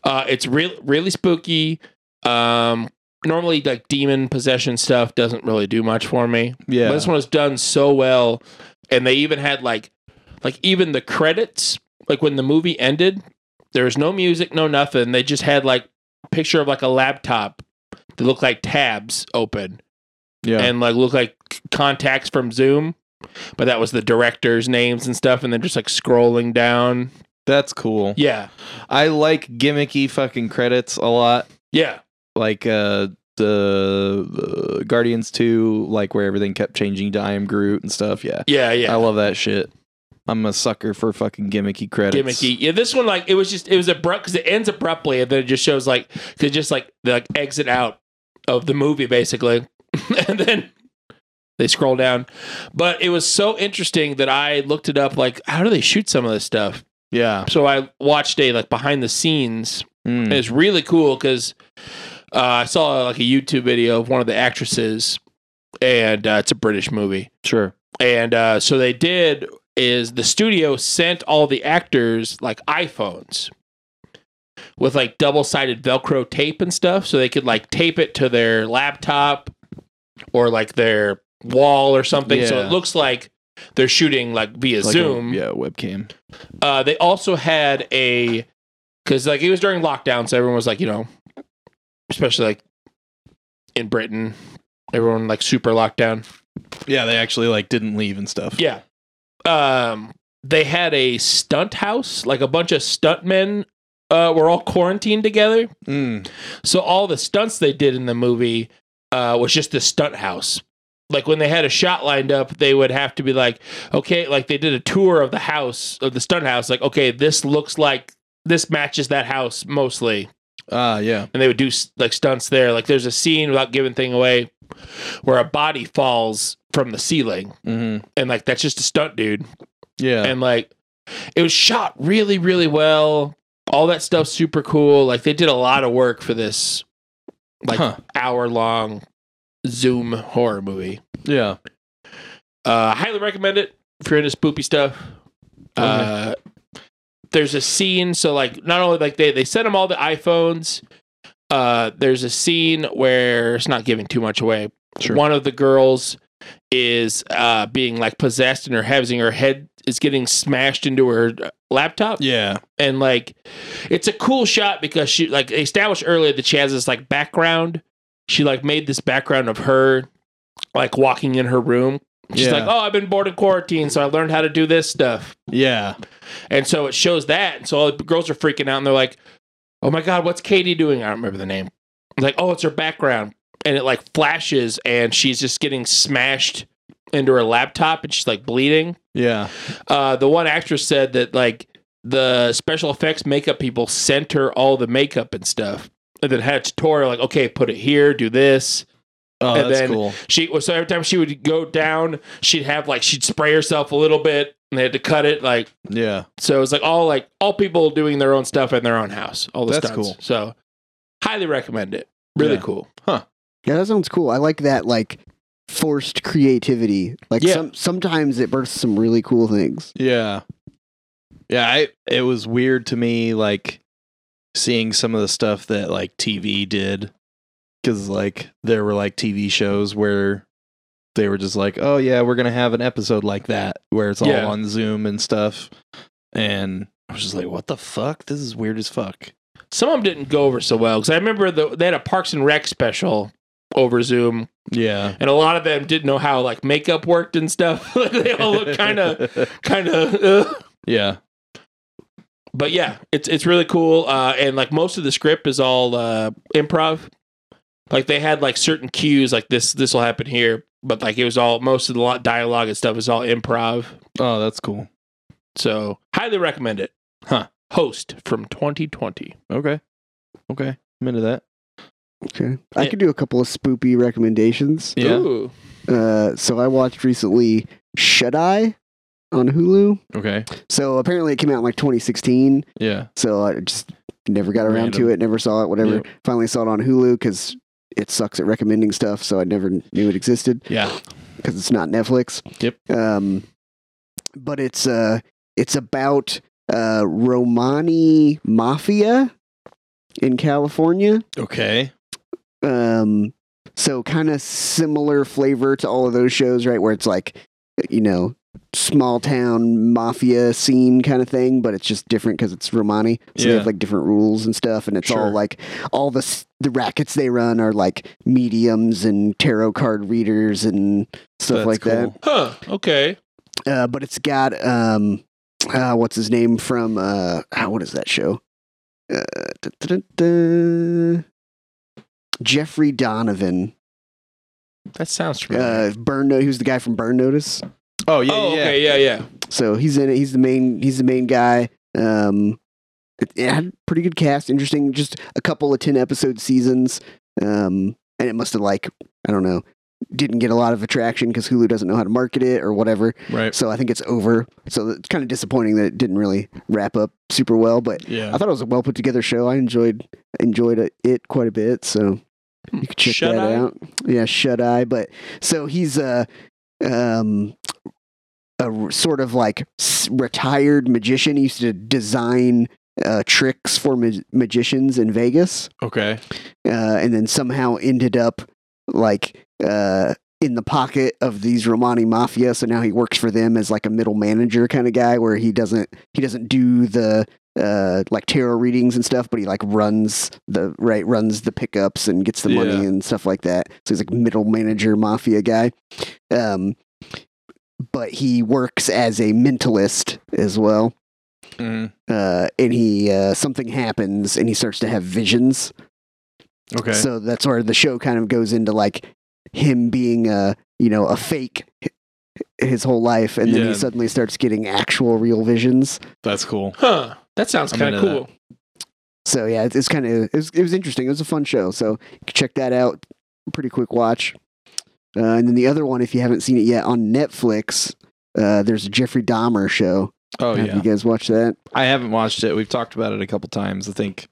Uh, it's real really spooky. Um, normally like demon possession stuff doesn't really do much for me. Yeah. But this one was done so well. And they even had like like even the credits, like when the movie ended, there was no music, no nothing. They just had like picture of like a laptop that looked like tabs open yeah. and like look like c- contacts from Zoom, but that was the directors' names and stuff, and then just like scrolling down. That's cool. Yeah, I like gimmicky fucking credits a lot. yeah, like uh the uh, Guardians 2, like where everything kept changing to I am Groot and stuff. Yeah. Yeah, I yeah. love that shit. I'm a sucker for fucking gimmicky credits. Gimmicky. Yeah, this one like it was just it was abrupt because it ends abruptly and then it just shows like they just like the like, exit out of the movie basically, [LAUGHS] and then they scroll down. But it was so interesting that I looked it up. Like, how do they shoot some of this stuff? Yeah. So I watched a like behind the scenes Mm. And it's really cool because uh, I saw like a YouTube video of one of the actresses, and uh, it's a British movie. Sure. And uh, so they did is the studio sent all the actors like iPhones with like double sided Velcro tape and stuff, so they could like tape it to their laptop or like their wall or something, so Yeah. it looks like they're shooting like via Like a- Zoom. yeah, webcam. Uh, they also had a because like it was during lockdown, so everyone was like, you know, especially like in Britain, everyone like super lockdown. Yeah, they actually like didn't leave and stuff. Yeah. Um, they had a stunt house, like a bunch of stuntmen. Uh, were all quarantined together, Mm. so all the stunts they did in the movie uh, was just the stunt house. Like when they had a shot lined up, they would have to be like, okay, like they did a tour of the house of the stunt house. Like, okay, this looks like this matches that house mostly, Ah, yeah. and they would do s- like stunts there. Like, there's a scene without giving thing away where a body falls from the ceiling, Mm-hmm. and like that's just a stunt dude, Yeah. and like it was shot really, really well. All that stuff's super cool. Like they did a lot of work for this like Huh. hour long Zoom horror movie. Yeah. Uh, highly recommend it if you're into spoopy stuff. Uh, there's a scene, so like not only like they they sent them all the iPhones. Uh, there's a scene where it's not giving too much away. Sure. One of the girls is uh, being like possessed and her having her head is getting smashed into her laptop Yeah. and like it's a cool shot because she like they established earlier that she has this like background she like made this background of her like walking in her room she's Yeah. like oh i've been bored in quarantine so i learned how to do this stuff Yeah. and so it shows that and so all the girls are freaking out and they're like oh my god what's katie doing i don't remember the name I'm like oh it's her background and it like flashes and she's just getting smashed into her laptop and she's like bleeding Yeah. uh, the one actress said that like the special effects makeup people sent her all the makeup and stuff, and then had a tutorial like, okay, put it here, do this. Oh, And that's then- cool. She so every time she would go down, she'd have like she'd spray herself a little bit, and they had to cut it like Yeah. so. It was like all like all people doing their own stuff in their own house. All the That's stunts. cool. So highly recommend it. Really Yeah. cool. Yeah, that sounds cool. I like that like forced creativity. Like Yeah. some sometimes it births some really cool things. Yeah. Yeah, I it was weird to me like seeing some of the stuff that like TV did cuz like there were like TV shows where they were just like, "Oh yeah, we're going to have an episode like that where it's all Yeah. on Zoom and stuff." And I was just like, "What the fuck? This is weird as fuck." Some of them didn't go over so well because I remember the, they had a Parks and Rec special over Zoom Yeah. and a lot of them didn't know how like makeup worked and stuff. [LAUGHS] Like, [LAUGHS] they all look kind [LAUGHS] of kind of. Uh. Yeah. But yeah, it's it's really cool, uh, and like most of the script is all uh, improv. Like they had like certain cues, like this this will happen here, but like it was all most of the lot dialogue and stuff is all improv. Oh, that's cool. So highly recommend it. Huh. Host from 2020. Okay. Okay. I'm into that. Okay. I Yeah. could do a couple of spoopy recommendations. Yeah. Ooh. Uh, so I watched recently Shut Eye on Hulu. Okay. So apparently it came out in like 2016. Yeah. So I just never got around Random. to it, never saw it, whatever. Yep. Finally saw it on Hulu because it sucks at recommending stuff. So I never knew it existed Yeah. because it's not Netflix. Yep. Um, but it's uh, it's about uh, Romani mafia in California. Okay. Um, so kind of similar flavor to all of those shows, right? Where it's like, you know, small town mafia scene kind of thing, but it's just different because it's Romani. So they Yeah. have like different rules and stuff, and it's Sure. all like all the s- the rackets they run are like mediums and tarot card readers and stuff like that. Huh. Okay. Uh, but it's got um, uh, what's his name from uh, ah, what is that show? Uh, da-da-da-da. Jeffrey Donovan. That sounds familiar. Uh, Burn. No- he was the guy from Burn Notice. Oh yeah, oh, yeah. okay, yeah, yeah. So he's in it. He's the main. He's the main guy. Um, it, it had a pretty good cast. Interesting. Just a couple of ten episode seasons. Um, and it must have like I don't know. Didn't get a lot of attraction because Hulu doesn't know how to market it or whatever. Right. So I think it's over. So it's kind of disappointing that it didn't really wrap up super well. But I Yeah. thought it was a well put together show. I enjoyed enjoyed it- it quite a bit. So you could check Shut that Eye? out. Yeah, shut eye. But so he's a um a r- sort of like s- retired magician. He used to design uh, tricks for ma- magicians in Vegas, Okay. uh, and then somehow ended up like uh in the pocket of these Romani mafia. So now he works for them as like a middle manager kind of guy, where he doesn't he doesn't do the uh like tarot readings and stuff, but he like runs the right runs the pickups and gets the money Yeah. and stuff like that. So he's like middle manager mafia guy. Um, but he works as a mentalist as well Mhm. uh, and he uh, something happens and he starts to have visions. Okay. So that's where the show kind of goes into like him being a you know a fake h- his whole life, and then Yeah. he suddenly starts getting actual real visions. That's cool. Huh. That sounds I'm kind of into cool. So yeah, it's, it's kind of it was, it was interesting. It was a fun show. So you can check that out. Pretty quick watch. Uh, and then the other one, if you haven't seen it yet, on Netflix, uh, there's a Jeffrey Dahmer show. Oh Have yeah. you guys watched that? I haven't watched it. We've talked about it a couple times. I think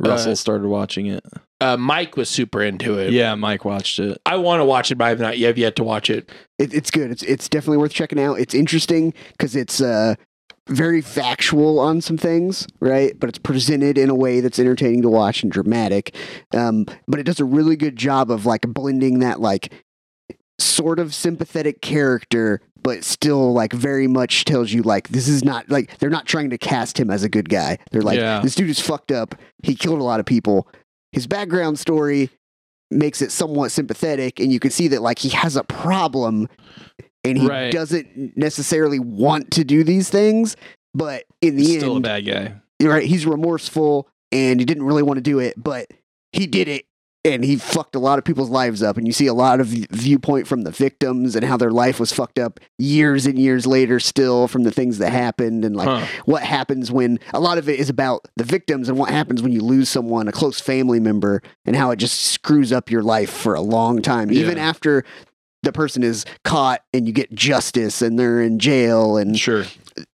Russell Uh, started watching it. Uh, Mike was super into it. Yeah, Mike watched it. I want to watch it, but I've not yet yet to watch it. it, it's good. It's it's definitely worth checking out. It's interesting because it's uh, very factual on some things, right? But it's presented in a way that's entertaining to watch and dramatic. Um, but it does a really good job of like blending that like sort of sympathetic character, but still like very much tells you like this is not like they're not trying to cast him as a good guy. They're like Yeah. this dude is fucked up. He killed a lot of people. His background story makes it somewhat sympathetic and you can see that like he has a problem and he Right. doesn't necessarily want to do these things but in the Still a end bad guy. you're right he's remorseful and he didn't really want to do it but he did it and he fucked a lot of people's lives up and you see a lot of v- viewpoint from the victims and how their life was fucked up years and years later still from the things that happened and like Huh. what happens when a lot of it is about the victims and what happens when you lose someone, a close family member, and how it just screws up your life for a long time, even Yeah. after the person is caught and you get justice and they're in jail and Sure.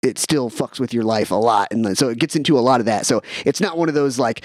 it still fucks with your life a lot. And then- so it gets into a lot of that. So it's not one of those like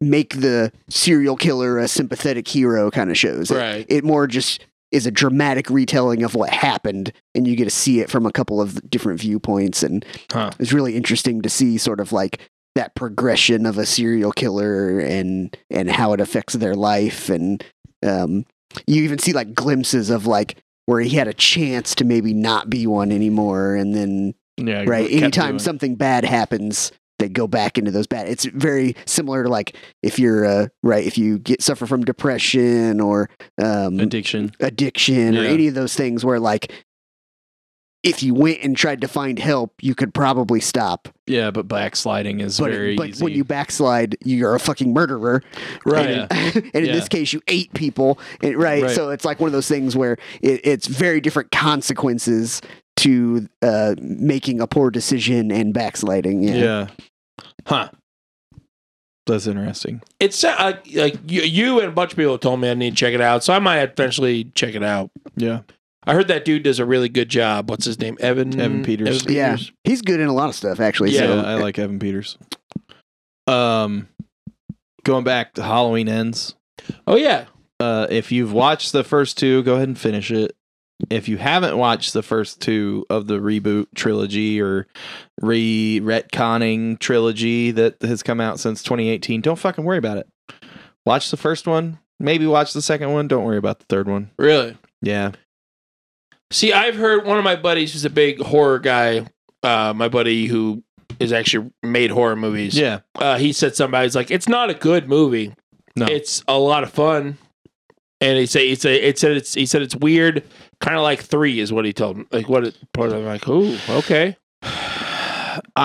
make the serial killer a sympathetic hero kind of shows. It- Right. it more just is a dramatic retelling of what happened and you get to see it from a couple of different viewpoints and Huh. it's really interesting to see sort of like that progression of a serial killer and and how it affects their life and um you even see like glimpses of like where he had a chance to maybe not be one anymore and then Yeah. right kept anytime doing- something bad happens they go back into those bad it's very similar to like if you're uh, right if you get suffer from depression or um addiction. addiction or Yeah. any of those things where like if you went and tried to find help you could probably stop Yeah, but backsliding is but, very but easy. when you backslide you're a fucking murderer Right. and, in- [LAUGHS] and in Yeah. this case you ate people and, right? Right. so it's like one of those things where it, it's very different consequences to uh, making a poor decision and backsliding yeah, yeah. Huh. That's interesting. It's uh, like you, you and a bunch of people told me I need to check it out, so I might eventually check it out. Yeah. I heard that dude does a really good job. What's his name? Evan Mm. Evan Peters. Yeah. he's good in a lot of stuff actually Yeah, so yeah, I like Evan Peters. Um, going back to Halloween ends. Oh yeah. Uh, if you've watched the first two, go ahead and finish it. If you haven't watched the first two of the reboot trilogy or re retconning trilogy that has come out since 2018, don't fucking worry about it. Watch the first one. Maybe watch the second one. Don't worry about the third one. Really. Yeah. See, I've heard one of my buddies who's a big horror guy. Uh, my buddy who is actually made horror movies. Yeah. [SIGHS] Uh, he said somebody's like, it's not a good movie. No. It's a lot of fun. And he said, he said, it said it's, he said it's weird, kind of like three is what he told me. Like what? It, I'm like, ooh, okay. Uh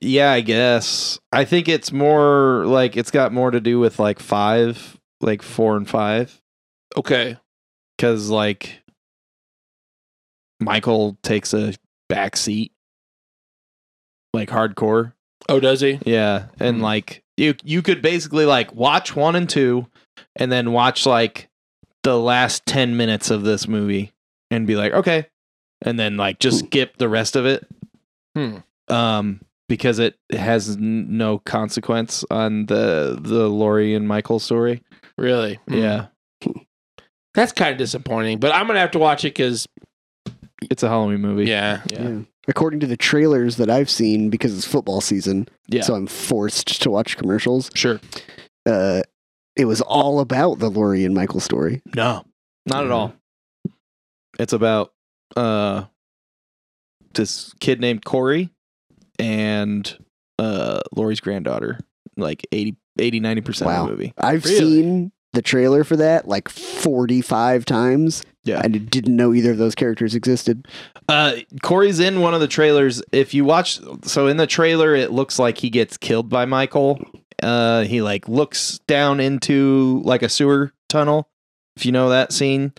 Yeah, I guess. I think it's more like it's got more to do with like five, like four and five, Okay. because like Michael takes a back seat, like hardcore. Oh, does he? Yeah, and Hmm. like you, you could basically like watch one and two, and then watch like the last ten minutes of this movie, and be like, okay, and then like just skip the rest of it. Hmm. um, because it has n- no consequence on the the Lori and Michael story. Really? Yeah, That's kind of disappointing, but I'm gonna have to watch it because it's a Halloween movie. yeah, yeah, According to the trailers that I've seen, because it's football season, Yeah. so I'm forced to watch commercials. sure. Uh, it was all about the Laurie and Michael story. No, not at all. Mm-hmm. It's about uh this kid named Corey and uh Lori's granddaughter. Like 80, 80 90 percent of Wow. the movie. I've Really? seen the trailer for that like 45 times. Yeah. and I didn't know either of those characters existed. Uh, Corey's in one of the trailers. If you watch, so in the trailer, it looks like he gets killed by Michael. Uh, he like looks down into like a sewer tunnel. If you know that scene,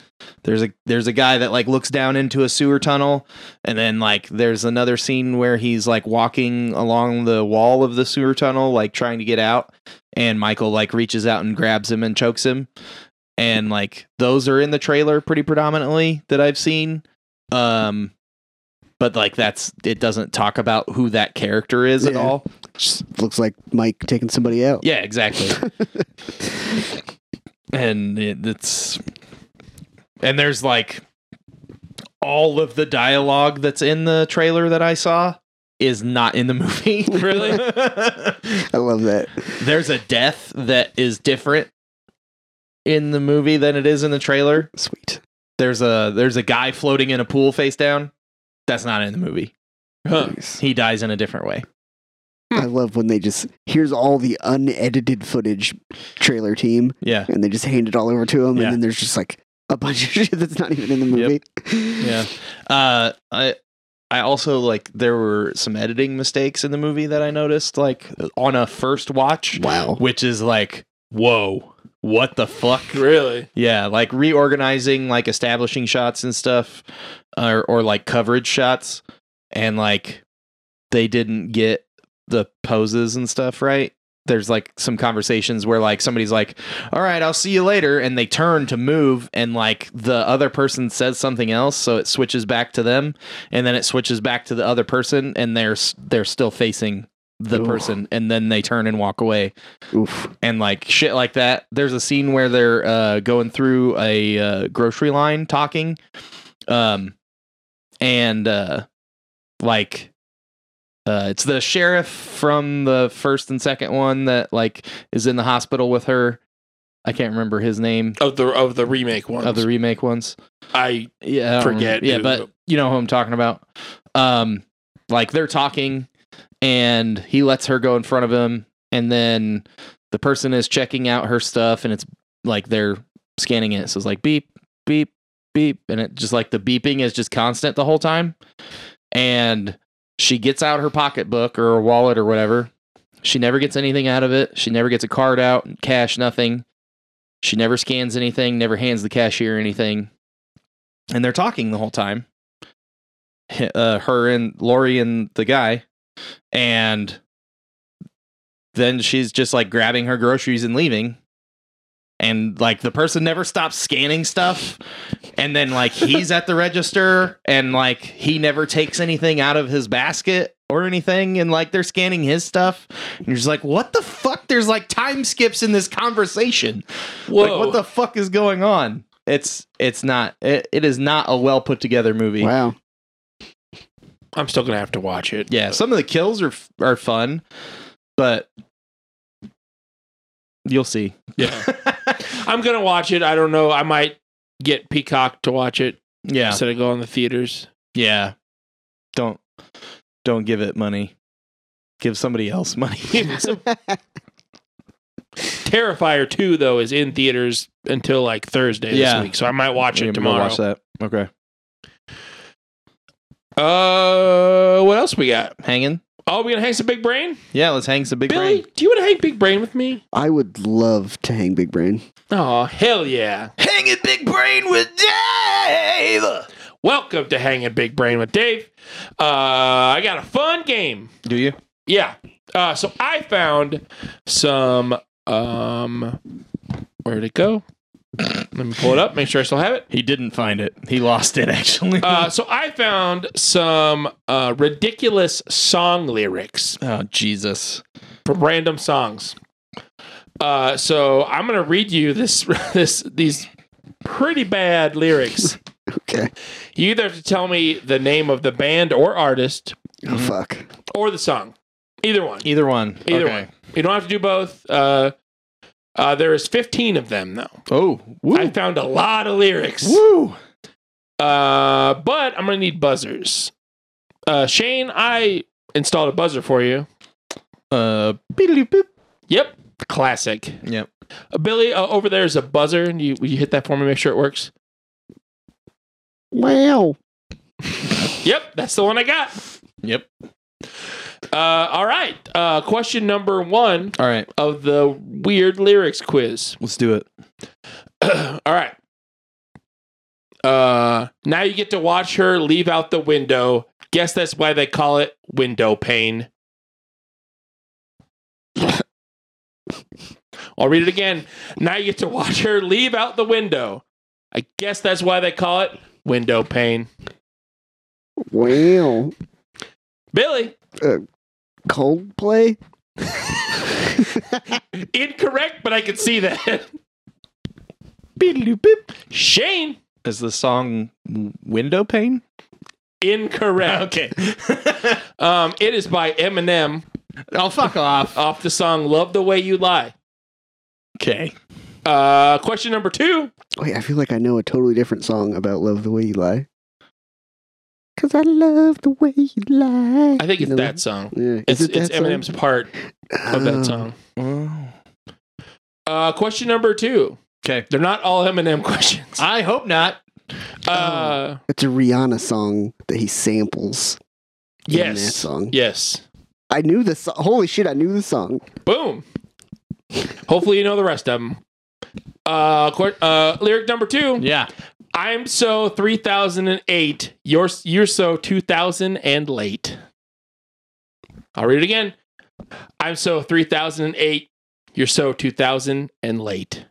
there's a there's a guy that like looks down into a sewer tunnel, and then like there's another scene where he's like walking along the wall of the sewer tunnel, like trying to get out, and Michael like reaches out and grabs him and chokes him, and like those are in the trailer pretty predominantly that I've seen. Um, but like that's it doesn't talk about who that character is at Yeah. all. Just looks like Mike taking somebody out. [LAUGHS] Yeah, exactly. and it, it's and there's like all of the dialogue that's in the trailer that I saw is not in the movie. [LAUGHS] Really? I love that. [LAUGHS] there's a death that is different in the movie than it is in the trailer. Sweet. There's a there's a guy floating in a pool face down. That's not in the movie. Huh. Nice. He dies in a different way. I love when they just here's all the unedited footage trailer team Yeah. and they just hand it all over to him Yeah. and then there's just like a bunch of [LAUGHS] shit that's not even in the movie. yeah uh i i also like there were some editing mistakes in the movie that i noticed like on a first watch Wow. which is like whoa what the fuck Really? yeah like reorganizing like establishing shots and stuff or or like coverage shots and like they didn't get the poses and stuff right there's like some conversations where like somebody's like all right i'll see you later and they turn to move and like the other person says something else so it switches back to them and then it switches back to the other person and they're s- they're still facing the Ooh. person and then they turn and walk away Oof. and like shit like that. There's a scene where they're uh, going through a uh, grocery line talking, um, and uh, like uh, it's the sheriff from the first and second one that like is in the hospital with her. I can't remember his name Of the of the remake ones, of the remake ones. I Yeah, I don't Forget remember. Yeah, who- but you know who I'm talking about. Um, like they're talking, and he lets her go in front of him, and then the person is checking out her stuff, and it's like they're scanning it. So it's like beep, beep, beep, and it just like the beeping is just constant the whole time. And she gets out her pocketbook or her wallet or whatever. She never gets anything out of it. She never gets a card out, cash, nothing. She never scans anything, never hands the cashier anything and they're talking the whole time. H- Uh, her and Lori and the guy, and then she's just like grabbing her groceries and leaving, and like the person never stops scanning stuff, and then like he's at the register and like he never takes anything out of his basket or anything, and like they're scanning his stuff, and you're just like, what the fuck? There's like time skips in this conversation. whoa. Like, what the fuck is going on? It's it's not it, it is not a well put together movie. Wow. I'm still gonna have to watch it. Yeah, some of the kills are f- are fun, but you'll see. yeah. I'm gonna watch it. I don't know. I might get Peacock to watch it [LAUGHS] yeah, instead of going to the theaters. yeah. Don't don't give it money. Give somebody [LAUGHS] else money. [LAUGHS] Terrifier two though is in theaters until like Thursday Yeah. this week, so I might watch We're it gonna go tomorrow. Watch that. Okay. Uh, what else we got? Hanging. Oh, we gonna hang some big brain? Yeah, let's hang some big Billy, brain. do you want to hang big brain with me? [LAUGHS] I would love to hang Big Brain. Oh, hell yeah! Hanging big brain with Dave. Welcome to Hanging Big Brain with Dave. Uh, I got a fun game. Do you? Yeah. Uh, so I found some. Um, where did it go? Let me pull it up. Make sure I still have it. He didn't find it. He lost it actually. Uh, so I found some uh, ridiculous song lyrics [LAUGHS] oh Jesus. from random songs. Uh, so I'm gonna read you this [LAUGHS] this these pretty bad lyrics. Okay. You either have to tell me the name of the band or artist Oh, fuck. or the song, either one. Either one. Either one. You don't have to do both. Uh, uh, there is 15 of them though. Oh. Woo. I found a lot of lyrics. Woo. Uh, but I'm gonna need buzzers. Uh, Shane, I installed a buzzer for you. Uh. beep, beep. Yep, classic. Yep. Uh, Billy, uh, over there is a buzzer, and you will you hit that for me. Make sure it works. Wow. Yep, that's the one I got. Yep. Uh, all right. Uh, question number one All right. of the weird lyrics quiz. Let's do it. [CLEARS THROAT] all right. Uh, now you get to watch her leave out the window. Guess that's why they call it window pane. [COUGHS] I'll read it again. Now you get to watch her leave out the window. I guess that's why they call it window pane. Wow. Billy, Coldplay? incorrect, but I can see that. [LAUGHS] Shane, Is the song Window Pane? incorrect. [LAUGHS] Okay. um, it is by Eminem Oh, fuck off. off the song Love the Way You Lie. Okay. Uh, question number two. Wait, I feel like I know a totally different song about Love the Way You Lie. Cause I love the way you lie. I think it's You know? that song. Yeah. It's, Is it it's that song? Eminem's part of Oh. that song. Okay. Uh, question number two. They're not all Eminem [LAUGHS] questions. I hope not. Oh, Uh, It's a Rihanna song that he samples. in that yes. song. Yes. I knew the song. Holy shit, I knew the song. Boom. Hopefully, you know the rest of them. Uh, qu- uh, lyric number two. Yeah. I'm so 3008. You're you're so 2000 and late. I'll read it again. I'm so 3008. You're so 2000 and late.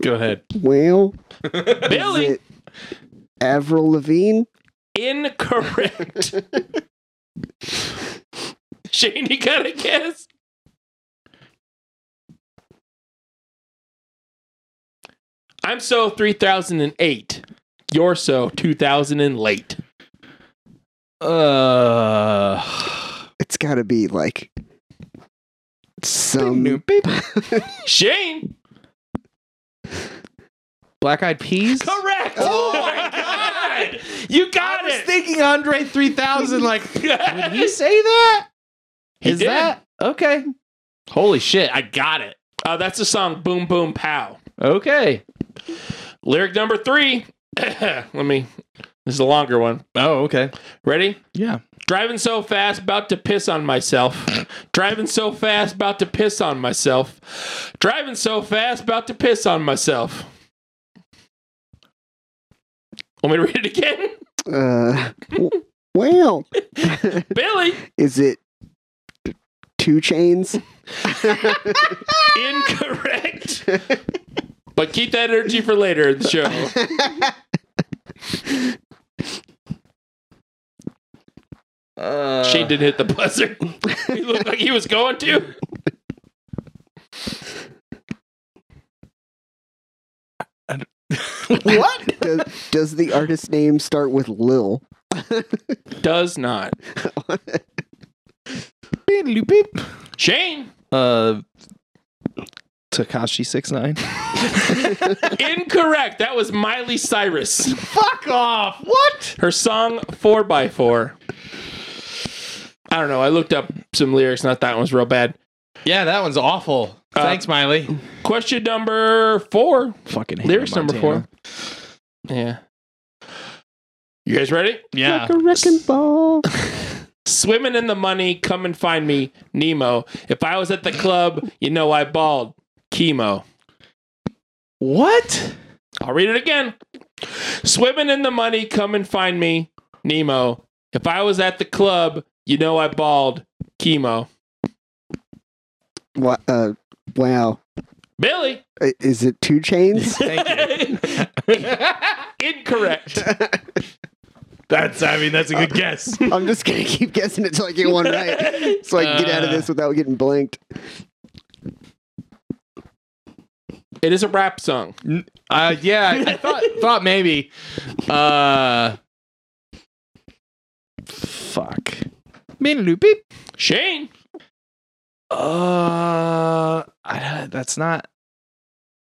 Go ahead. Well, Billy, is it Avril Lavigne? incorrect. [LAUGHS] Shane, you got a guess? I'm so 3008. You're so 2000 and late. Uh. It's gotta be like Um, some. Shane, Black Eyed Peas. correct. Oh [LAUGHS] my god, you got I was it. thinking Andre 3000. Like, [LAUGHS] Yes. would he say that? He Is did. that okay? Holy shit! I got it. Uh, that's the song "Boom Boom Pow." Okay. Lyric number three. [COUGHS] Let me. This is a longer one. Oh, okay. Ready? Yeah. Driving so fast, about to piss on myself. Driving so fast, about to piss on myself. Driving so fast, about to piss on myself. Want me to read it again? [LAUGHS] Uh, w- well, Billy, is it Two Chains? incorrect. But keep that energy for later in the show. Uh, Shane didn't hit the buzzer. he looked like he was going to. what? [LAUGHS] Does, does the artist name start with Lil? Does not. Shane, Uh, Takashi Six Nine. incorrect. That was Miley Cyrus. [LAUGHS] Fuck off! What? Her song 4x4. I don't know. I looked up some lyrics. Not that one's real bad. Yeah, that one's awful. Uh, Thanks, Miley. Question number four. Fucking lyrics number four. Yeah. You guys ready? Yeah. Uh, Like a wrecking ball. Swimming in the money, come and find me, Nemo. If I was at the club, you know I balled. Chemo. What? I'll read it again. Swimming in the money, come and find me, Nemo. If I was at the club, you know I balled. Chemo. What? Uh, wow. Billy. I- Is it [LAUGHS] two chains? [LAUGHS] Incorrect. That's. I mean, that's a good guess. I'm just gonna keep guessing until I get one right, so I can get out of this without getting blanked. It is a rap song. Uh, yeah, I, [LAUGHS] I thought thought maybe. Uh, fuck. Beep, beep. Shane. Uh, I don't, that's not.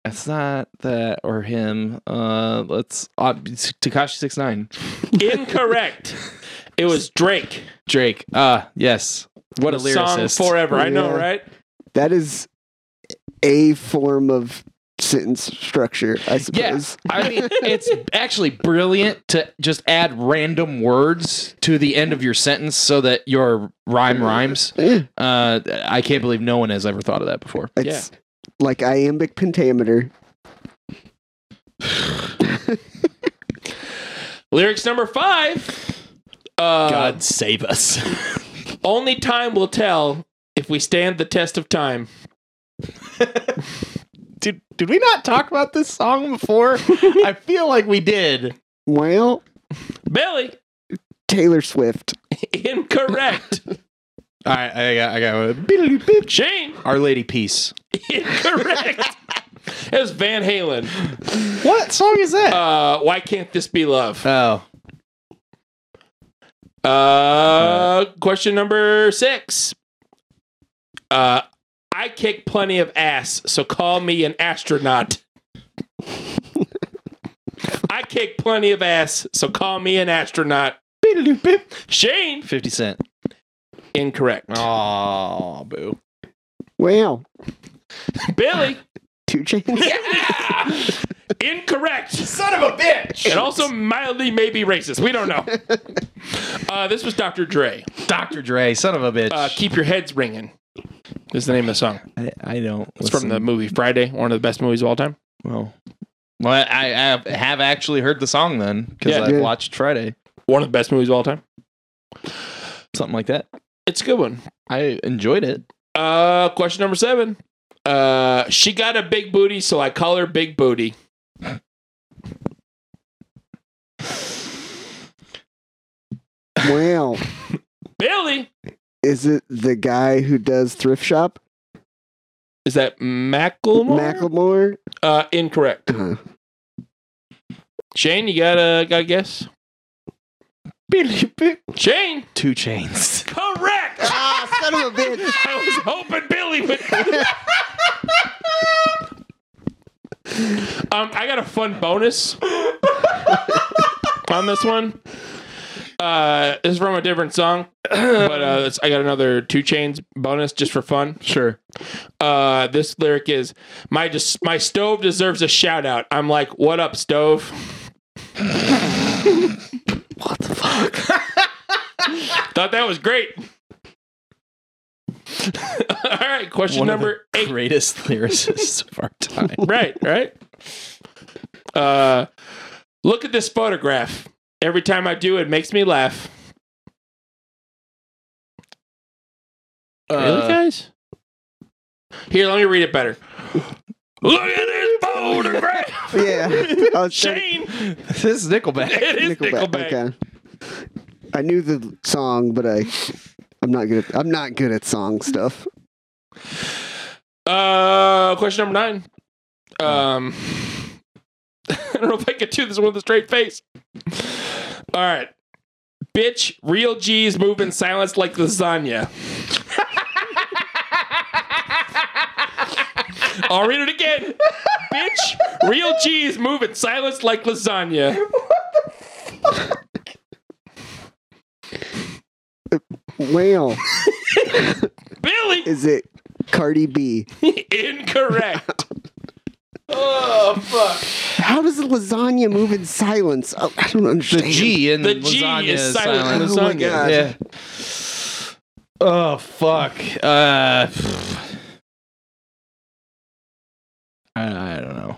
That's not that or him. Uh, let's uh, Takashi six nine. Incorrect. it was Drake. Drake. Uh, yes. What a The song lyricist. forever. I know, Yeah. right? That is a form of sentence structure, I suppose. I mean, it's actually brilliant to just add random words to the end of your sentence so that your rhyme rhymes. Yeah. Uh, I can't believe no one has ever thought of that before. It's like iambic pentameter. Lyrics number five. Uh, save us. [LAUGHS] Only time will tell if we stand the test of time. did did we not talk about this song before? I feel like we did. Well, Billy. Taylor Swift. [LAUGHS] Incorrect. All right, I got I got one. Shane. Our Lady Peace. Incorrect. it was Van Halen. What song is that? Uh, why can't this be love? oh, Uh, question number six. Uh, I kick plenty of ass, so call me an astronaut. I kick plenty of ass, so call me an astronaut. Shane, Fifty Cent. incorrect. Oh, boo. Wow. Billy, Two chains. [LAUGHS] yeah! [LAUGHS] incorrect. Son of a bitch. And also mildly maybe racist. We don't know. Uh, this was Dr. Dre. Dr. Dre. Son of a bitch. Uh, Keep your heads ringing. Is the name of the song. I, I don't. It's from the movie Friday, one of the best movies of all time. Well, well, I, I have actually heard the song then because Yeah. I Yeah. watched Friday, One of the best movies of all time. something like that. It's a good one. I enjoyed it. Uh, question number seven. Uh, she got a big booty, so I call her Big Booty. Wow. Billy, Is it the guy who does thrift shop? is that Macklemore? Macklemore? uh, incorrect. Uh, Shane, you got a got a guess? Shane, Two chains. correct. ah, son of a bitch. I was hoping Billy would. um, I got a fun bonus on this one. Uh, this is from a different song, but uh, it's, I got another two chains bonus just for fun. [LAUGHS] Sure. Uh, this lyric is my just my stove deserves a shout out. I'm like, what up, stove? What the fuck? [LAUGHS] Thought that was great. [LAUGHS] All right, question One of number the eight. greatest lyricists of our time. [LAUGHS] right, right. Uh, look at this photograph. Every time I do, it makes me laugh. Uh, guys? Here, let me read it [LAUGHS] better. Look at this photograph. Yeah. I was trying to- Shane, This is [LAUGHS] Nickelback. it is Nickelback. Okay. I knew the song, but I, I'm not good. At, I'm not good at song stuff. Uh, question number nine. Um, [LAUGHS] I don't know if I could do this with a straight face. All right, bitch. Real G's move in silence like lasagna. I'll read it again. Bitch, real G's move in silence like lasagna. Well, Billy, is it Cardi B? [LAUGHS] incorrect. oh fuck. How does the lasagna move in silence? Oh, I don't The understand. G in The G lasagna is is silent in silent. Oh my lasagna. Yeah. God. Oh fuck. Uh, [SIGHS] I, I don't know.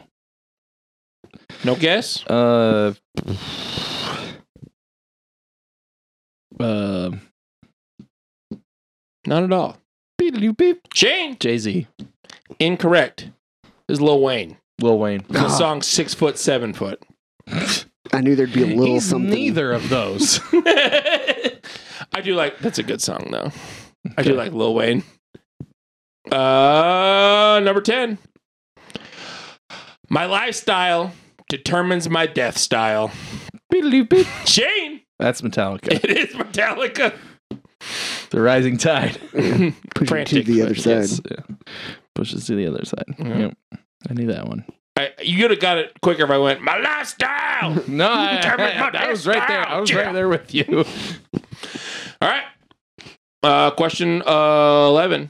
No guess. Uh, uh Not at all. Shane. Jay Z, Incorrect. Is Lil Wayne. Lil Wayne. The Ah. song six foot seven foot. [LAUGHS] I knew there'd be a little He's something. neither of [LAUGHS] those. I do like that's a good song though. I do Okay. like Lil Wayne. Uh number 10. My lifestyle determines my death style. Shane, [LAUGHS] That's Metallica. it is Metallica. [LAUGHS] The Rising Tide. Push it to Frantic, the other but side. Yes, yeah. Pushes to the other side. Yeah. Yep. I knew that one. I, you would have got it quicker if I went, my lifestyle. No, I, Damn it, my I, I was right there. I was yeah. right there with you. All right. Uh, question uh, 11.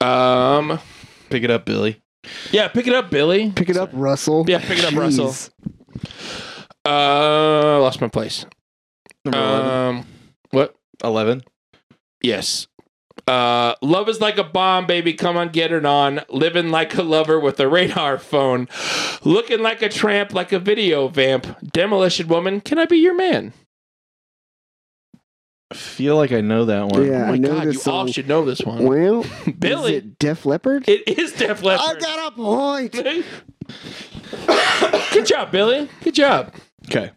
Um, [LAUGHS] Pick it up, Billy. yeah, pick it up, Billy. Pick it up, Russell. Yeah, pick it up, Jeez. Russell. Uh, I lost my place. Number Um, what? 11. Yes. Uh, love is like a bomb, baby. Come on, get it on. Living like a lover with a radar phone. Looking like a tramp, like a video vamp. Demolition woman, can I be your man? I feel like I know that one. Oh Yeah, my I know God, you this all song. should know this one. Well, [LAUGHS] Billy, is it Def Leppard? it is Def Leppard. [LAUGHS] I got a point. Good job, Billy. Good job. Okay.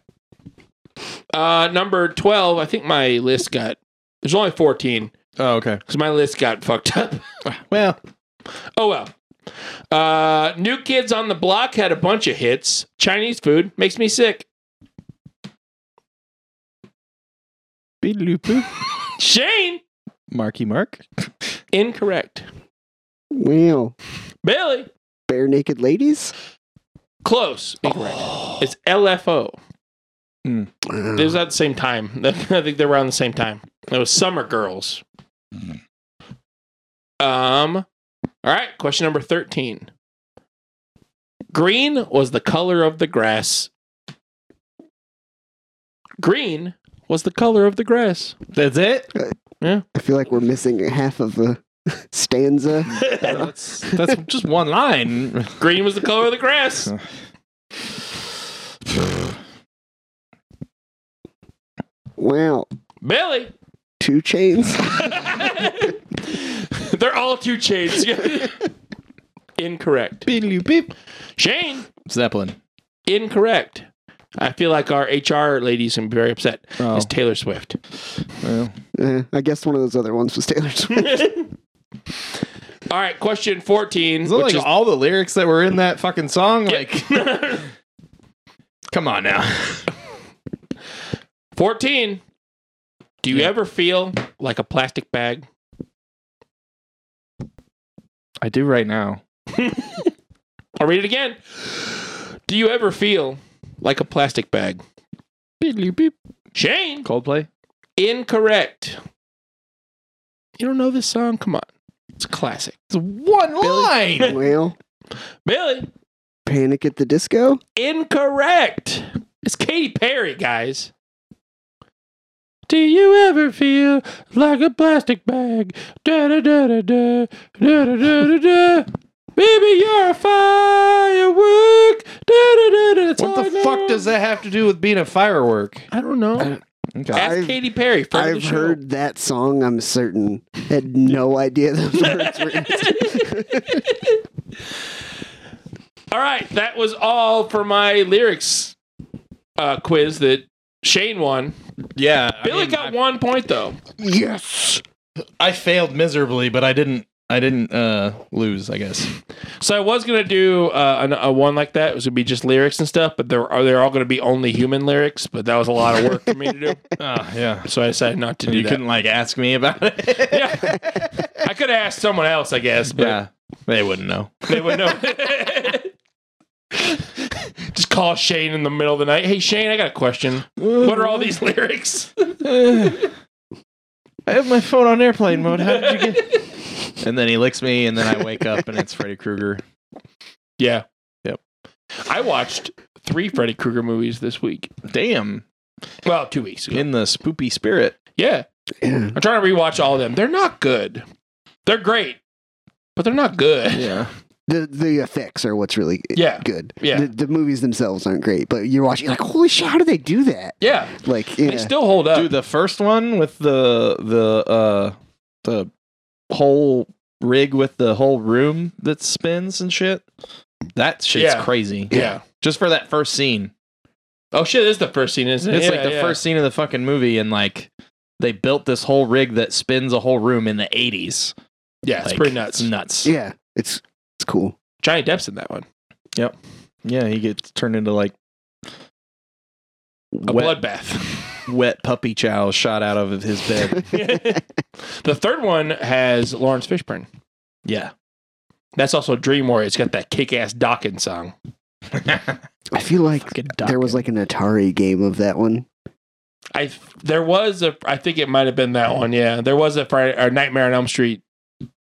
Uh, number 12, I think my list got, there's only 14 Oh, okay. because my list got fucked up. Well, Oh, well. Uh, New Kids on the Block had a bunch of hits. Chinese food makes me sick. Beedaloopoo. Shane, Marky Mark. incorrect. Well, Billy, bare naked ladies. close. Incorrect. It's LFO. Uh, It was at the same time. [LAUGHS] I think they were around the same time. It was Summer Girls. Um. All right. Question number thirteen. Green was the color of the grass. Green was the color of the grass. That's it. I feel like we're missing half of a [LAUGHS] stanza. That's- That's just one line. green was the color of the grass. Wow, Billy. two chains. They're all two chains. [LAUGHS] Incorrect. Beep. Shane. Zeppelin. Incorrect. I feel like our HR lady's gonna be very upset. Oh, It's Taylor Swift. [LAUGHS] well. Uh, I guess one of those other ones was Taylor Swift. [LAUGHS] All right, question fourteen. Is that Which like is, all the lyrics that were in that fucking song? Like, [LAUGHS] come on now. fourteen. Do you Yeah. ever feel like a plastic bag? I do right now. I'll read it again. Do you ever feel like a plastic bag? Shane, Coldplay. incorrect. You don't know this song? Come on, it's a classic. It's one [LAUGHS] line. well, Billy, Panic at the Disco. Incorrect. It's Katy Perry, guys. Do you ever feel like a plastic bag? Da da da da da da da da da. da. Baby, you're a firework. Da da da da. That's all What I the know. fuck does that have to do with being a firework? I don't know. Okay. Ask I've- Katy Perry. friend of I've the show. heard that song. I'm certain. Had no idea those [LAUGHS] words were. in it. all right, that was all for my lyrics uh, quiz that Shane won. Yeah. Billy got one point though. Yes. I failed miserably, but I didn't. I didn't uh, lose. I [LAUGHS] guess. So I was gonna do uh, an, a one like that. It was gonna be just lyrics and stuff, but there are they're all gonna be only human lyrics. But that was a lot of work for me to [LAUGHS] do, Oh yeah. so I decided not to Ah, do You that. couldn't like ask me about it. [LAUGHS] Yeah. I could have asked someone else, I guess, but [LAUGHS] yeah. They wouldn't know. they would know. [LAUGHS] just call Shane in the middle of the night. Hey Shane, I got a question. What Mm-hmm. are all these [LAUGHS] lyrics? I have my phone on airplane mode. How did you get? [LAUGHS] and then he licks me, and then I wake up, and it's Freddy Krueger. Yeah. Yep. I watched three Freddy Krueger movies this week. Damn, Well, two weeks ago. in the spoopy spirit. Yeah. Yeah. I'm trying to rewatch all of them. They're not good. They're great, but they're not good. Yeah. The the effects are what's really Yeah. good. Yeah. The, the movies themselves aren't great, but you're watching you're like, holy shit, how did they do that? Yeah, Like, yeah. they still hold up. Dude, the first one with the the uh the whole rig with the whole room that spins and shit. That shit's Yeah. crazy. yeah. Just for that first scene. Oh shit, this is the first scene, isn't it? It's Yeah, like the yeah. first scene of the fucking movie and like they built this whole rig that spins a whole room in the 80s. Yeah, it's Like, pretty nuts. It's nuts. yeah, it's it's cool. Johnny Depp's in that one. Yeah, he gets turned into like A wet, [LAUGHS] bloodbath. wet puppy chow shot out of his bed. the third one has Lawrence Fishburne. yeah. That's also Dream Warrior. It's got that kick-ass Dawkins song. [LAUGHS] I feel like Fucking there was like an Atari game of that one. I there was a I think it might have been that one. Yeah, there was a Friday or Nightmare on Elm Street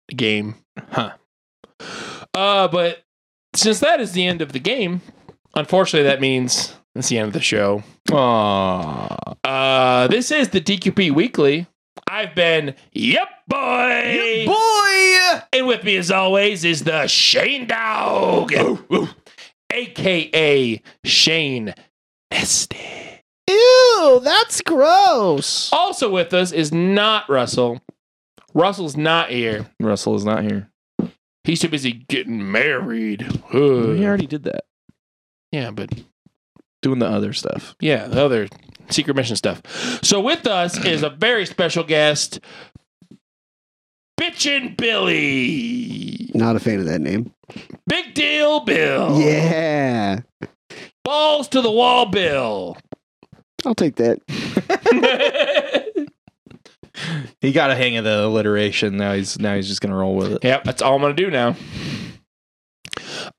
game. Huh. Uh, but since that is the end of the game, unfortunately, that means it's the end of the show. Aww. Uh, this is the DQP Weekly. I've been Yep Boy, boy. and with me as always is the Shane Dog, aka Shane Estes. Ew, that's gross. Also with us is not Russell. Russell's not here. Russell is not here. He's too busy getting married. We Ugh. already did that. Yeah, but Doing the other stuff. yeah, the other secret mission stuff. So with us is a very special guest, Bitchin' Billy, Not a fan of that name. Big Deal Bill, Yeah. Balls to the Wall Bill. [LAUGHS] I'll take that. yep, He got a hang of the alliteration. Now he's now he's just gonna roll with it. that's all I'm gonna do now.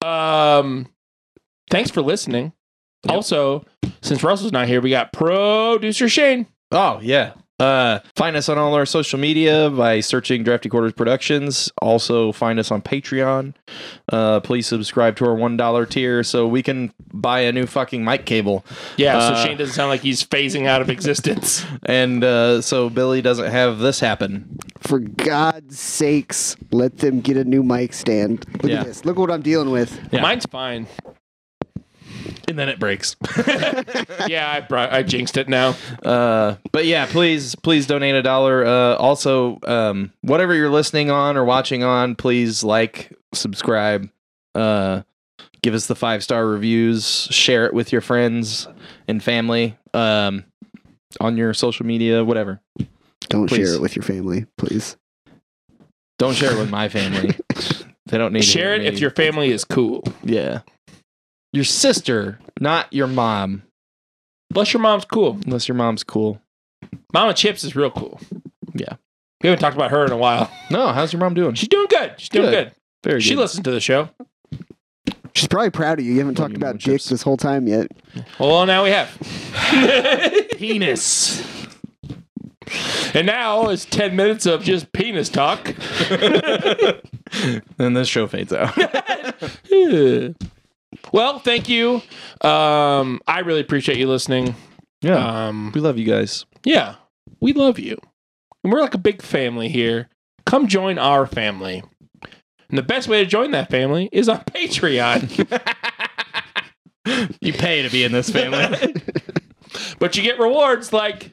Um, thanks for listening. Yep. Also, since Russell's not here, we got producer Shane. Oh yeah. Uh, find us on all our social media by searching Drafty Quarters Productions. Also find us on Patreon. Uh, please subscribe to our one dollar tier so we can buy a new fucking mic cable. Yeah, so Uh, Shane doesn't sound like he's phasing out of existence. And uh, so Billy doesn't have this happen. For God's sakes, let them get a new mic stand. Look Yeah. at this. Look what I'm dealing with. [LAUGHS] Yeah. Mine's fine. And then it breaks. Yeah, I brought, I jinxed it now. Uh, but yeah, please, please donate a dollar. Uh, also, um, whatever you're listening on or watching on, please like, subscribe, uh, give us the five star reviews, share it with your friends and family, um, on your social media, whatever. Don't Please. share it with your family, please. Don't share it with [LAUGHS] my family. they don't need to Share hear it if me. your family is cool. yeah, your sister, not your mom, Plus, your mom's cool. unless your mom's cool. Mama Chips is real cool. Yeah. We haven't talked about her in a while. No, how's your mom doing? She's doing good. She's doing Good. good. Very She good. listens to the show. She's probably proud of you. You haven't Love you, talked about Mama dick Chips. this whole time yet. Well, now we have penis. And now it's 10 minutes of just penis talk. Then this show [LAUGHS] fades out. well, thank you. Um, I really appreciate you listening. yeah, Um, we love you guys. Yeah, we love you. And we're like a big family here. Come join our family. And the best way to join that family is on [LAUGHS] Patreon. You pay to be in this [LAUGHS] family. but you get rewards like,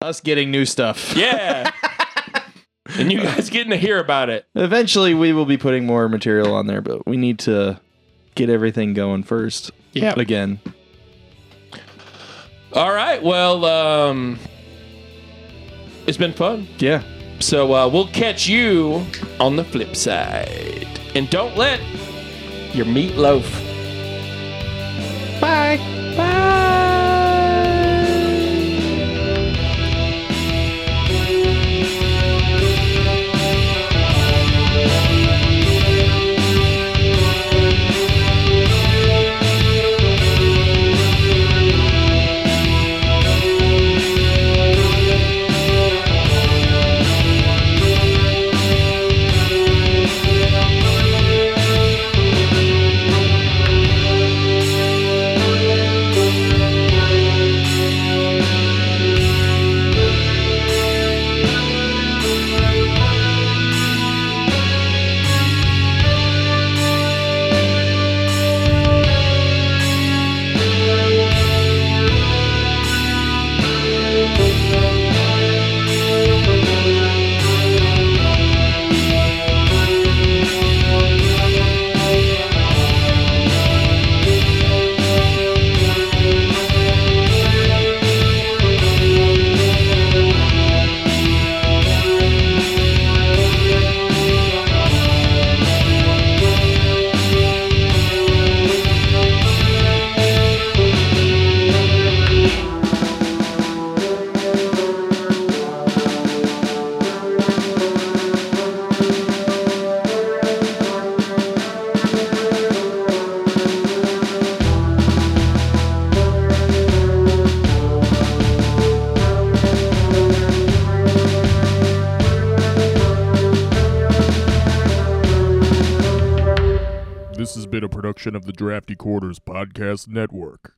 Us getting new stuff. yeah. and you guys getting to hear about it. Eventually, we will be putting more material on there, but we need to get everything going first. Yeah. Again. All right. Well, um, it's been fun. Yeah. So uh, we'll catch you on the flip side. And don't let your meatloaf. Bye. Bye. been a production of the Drafty Quarters Podcast Network.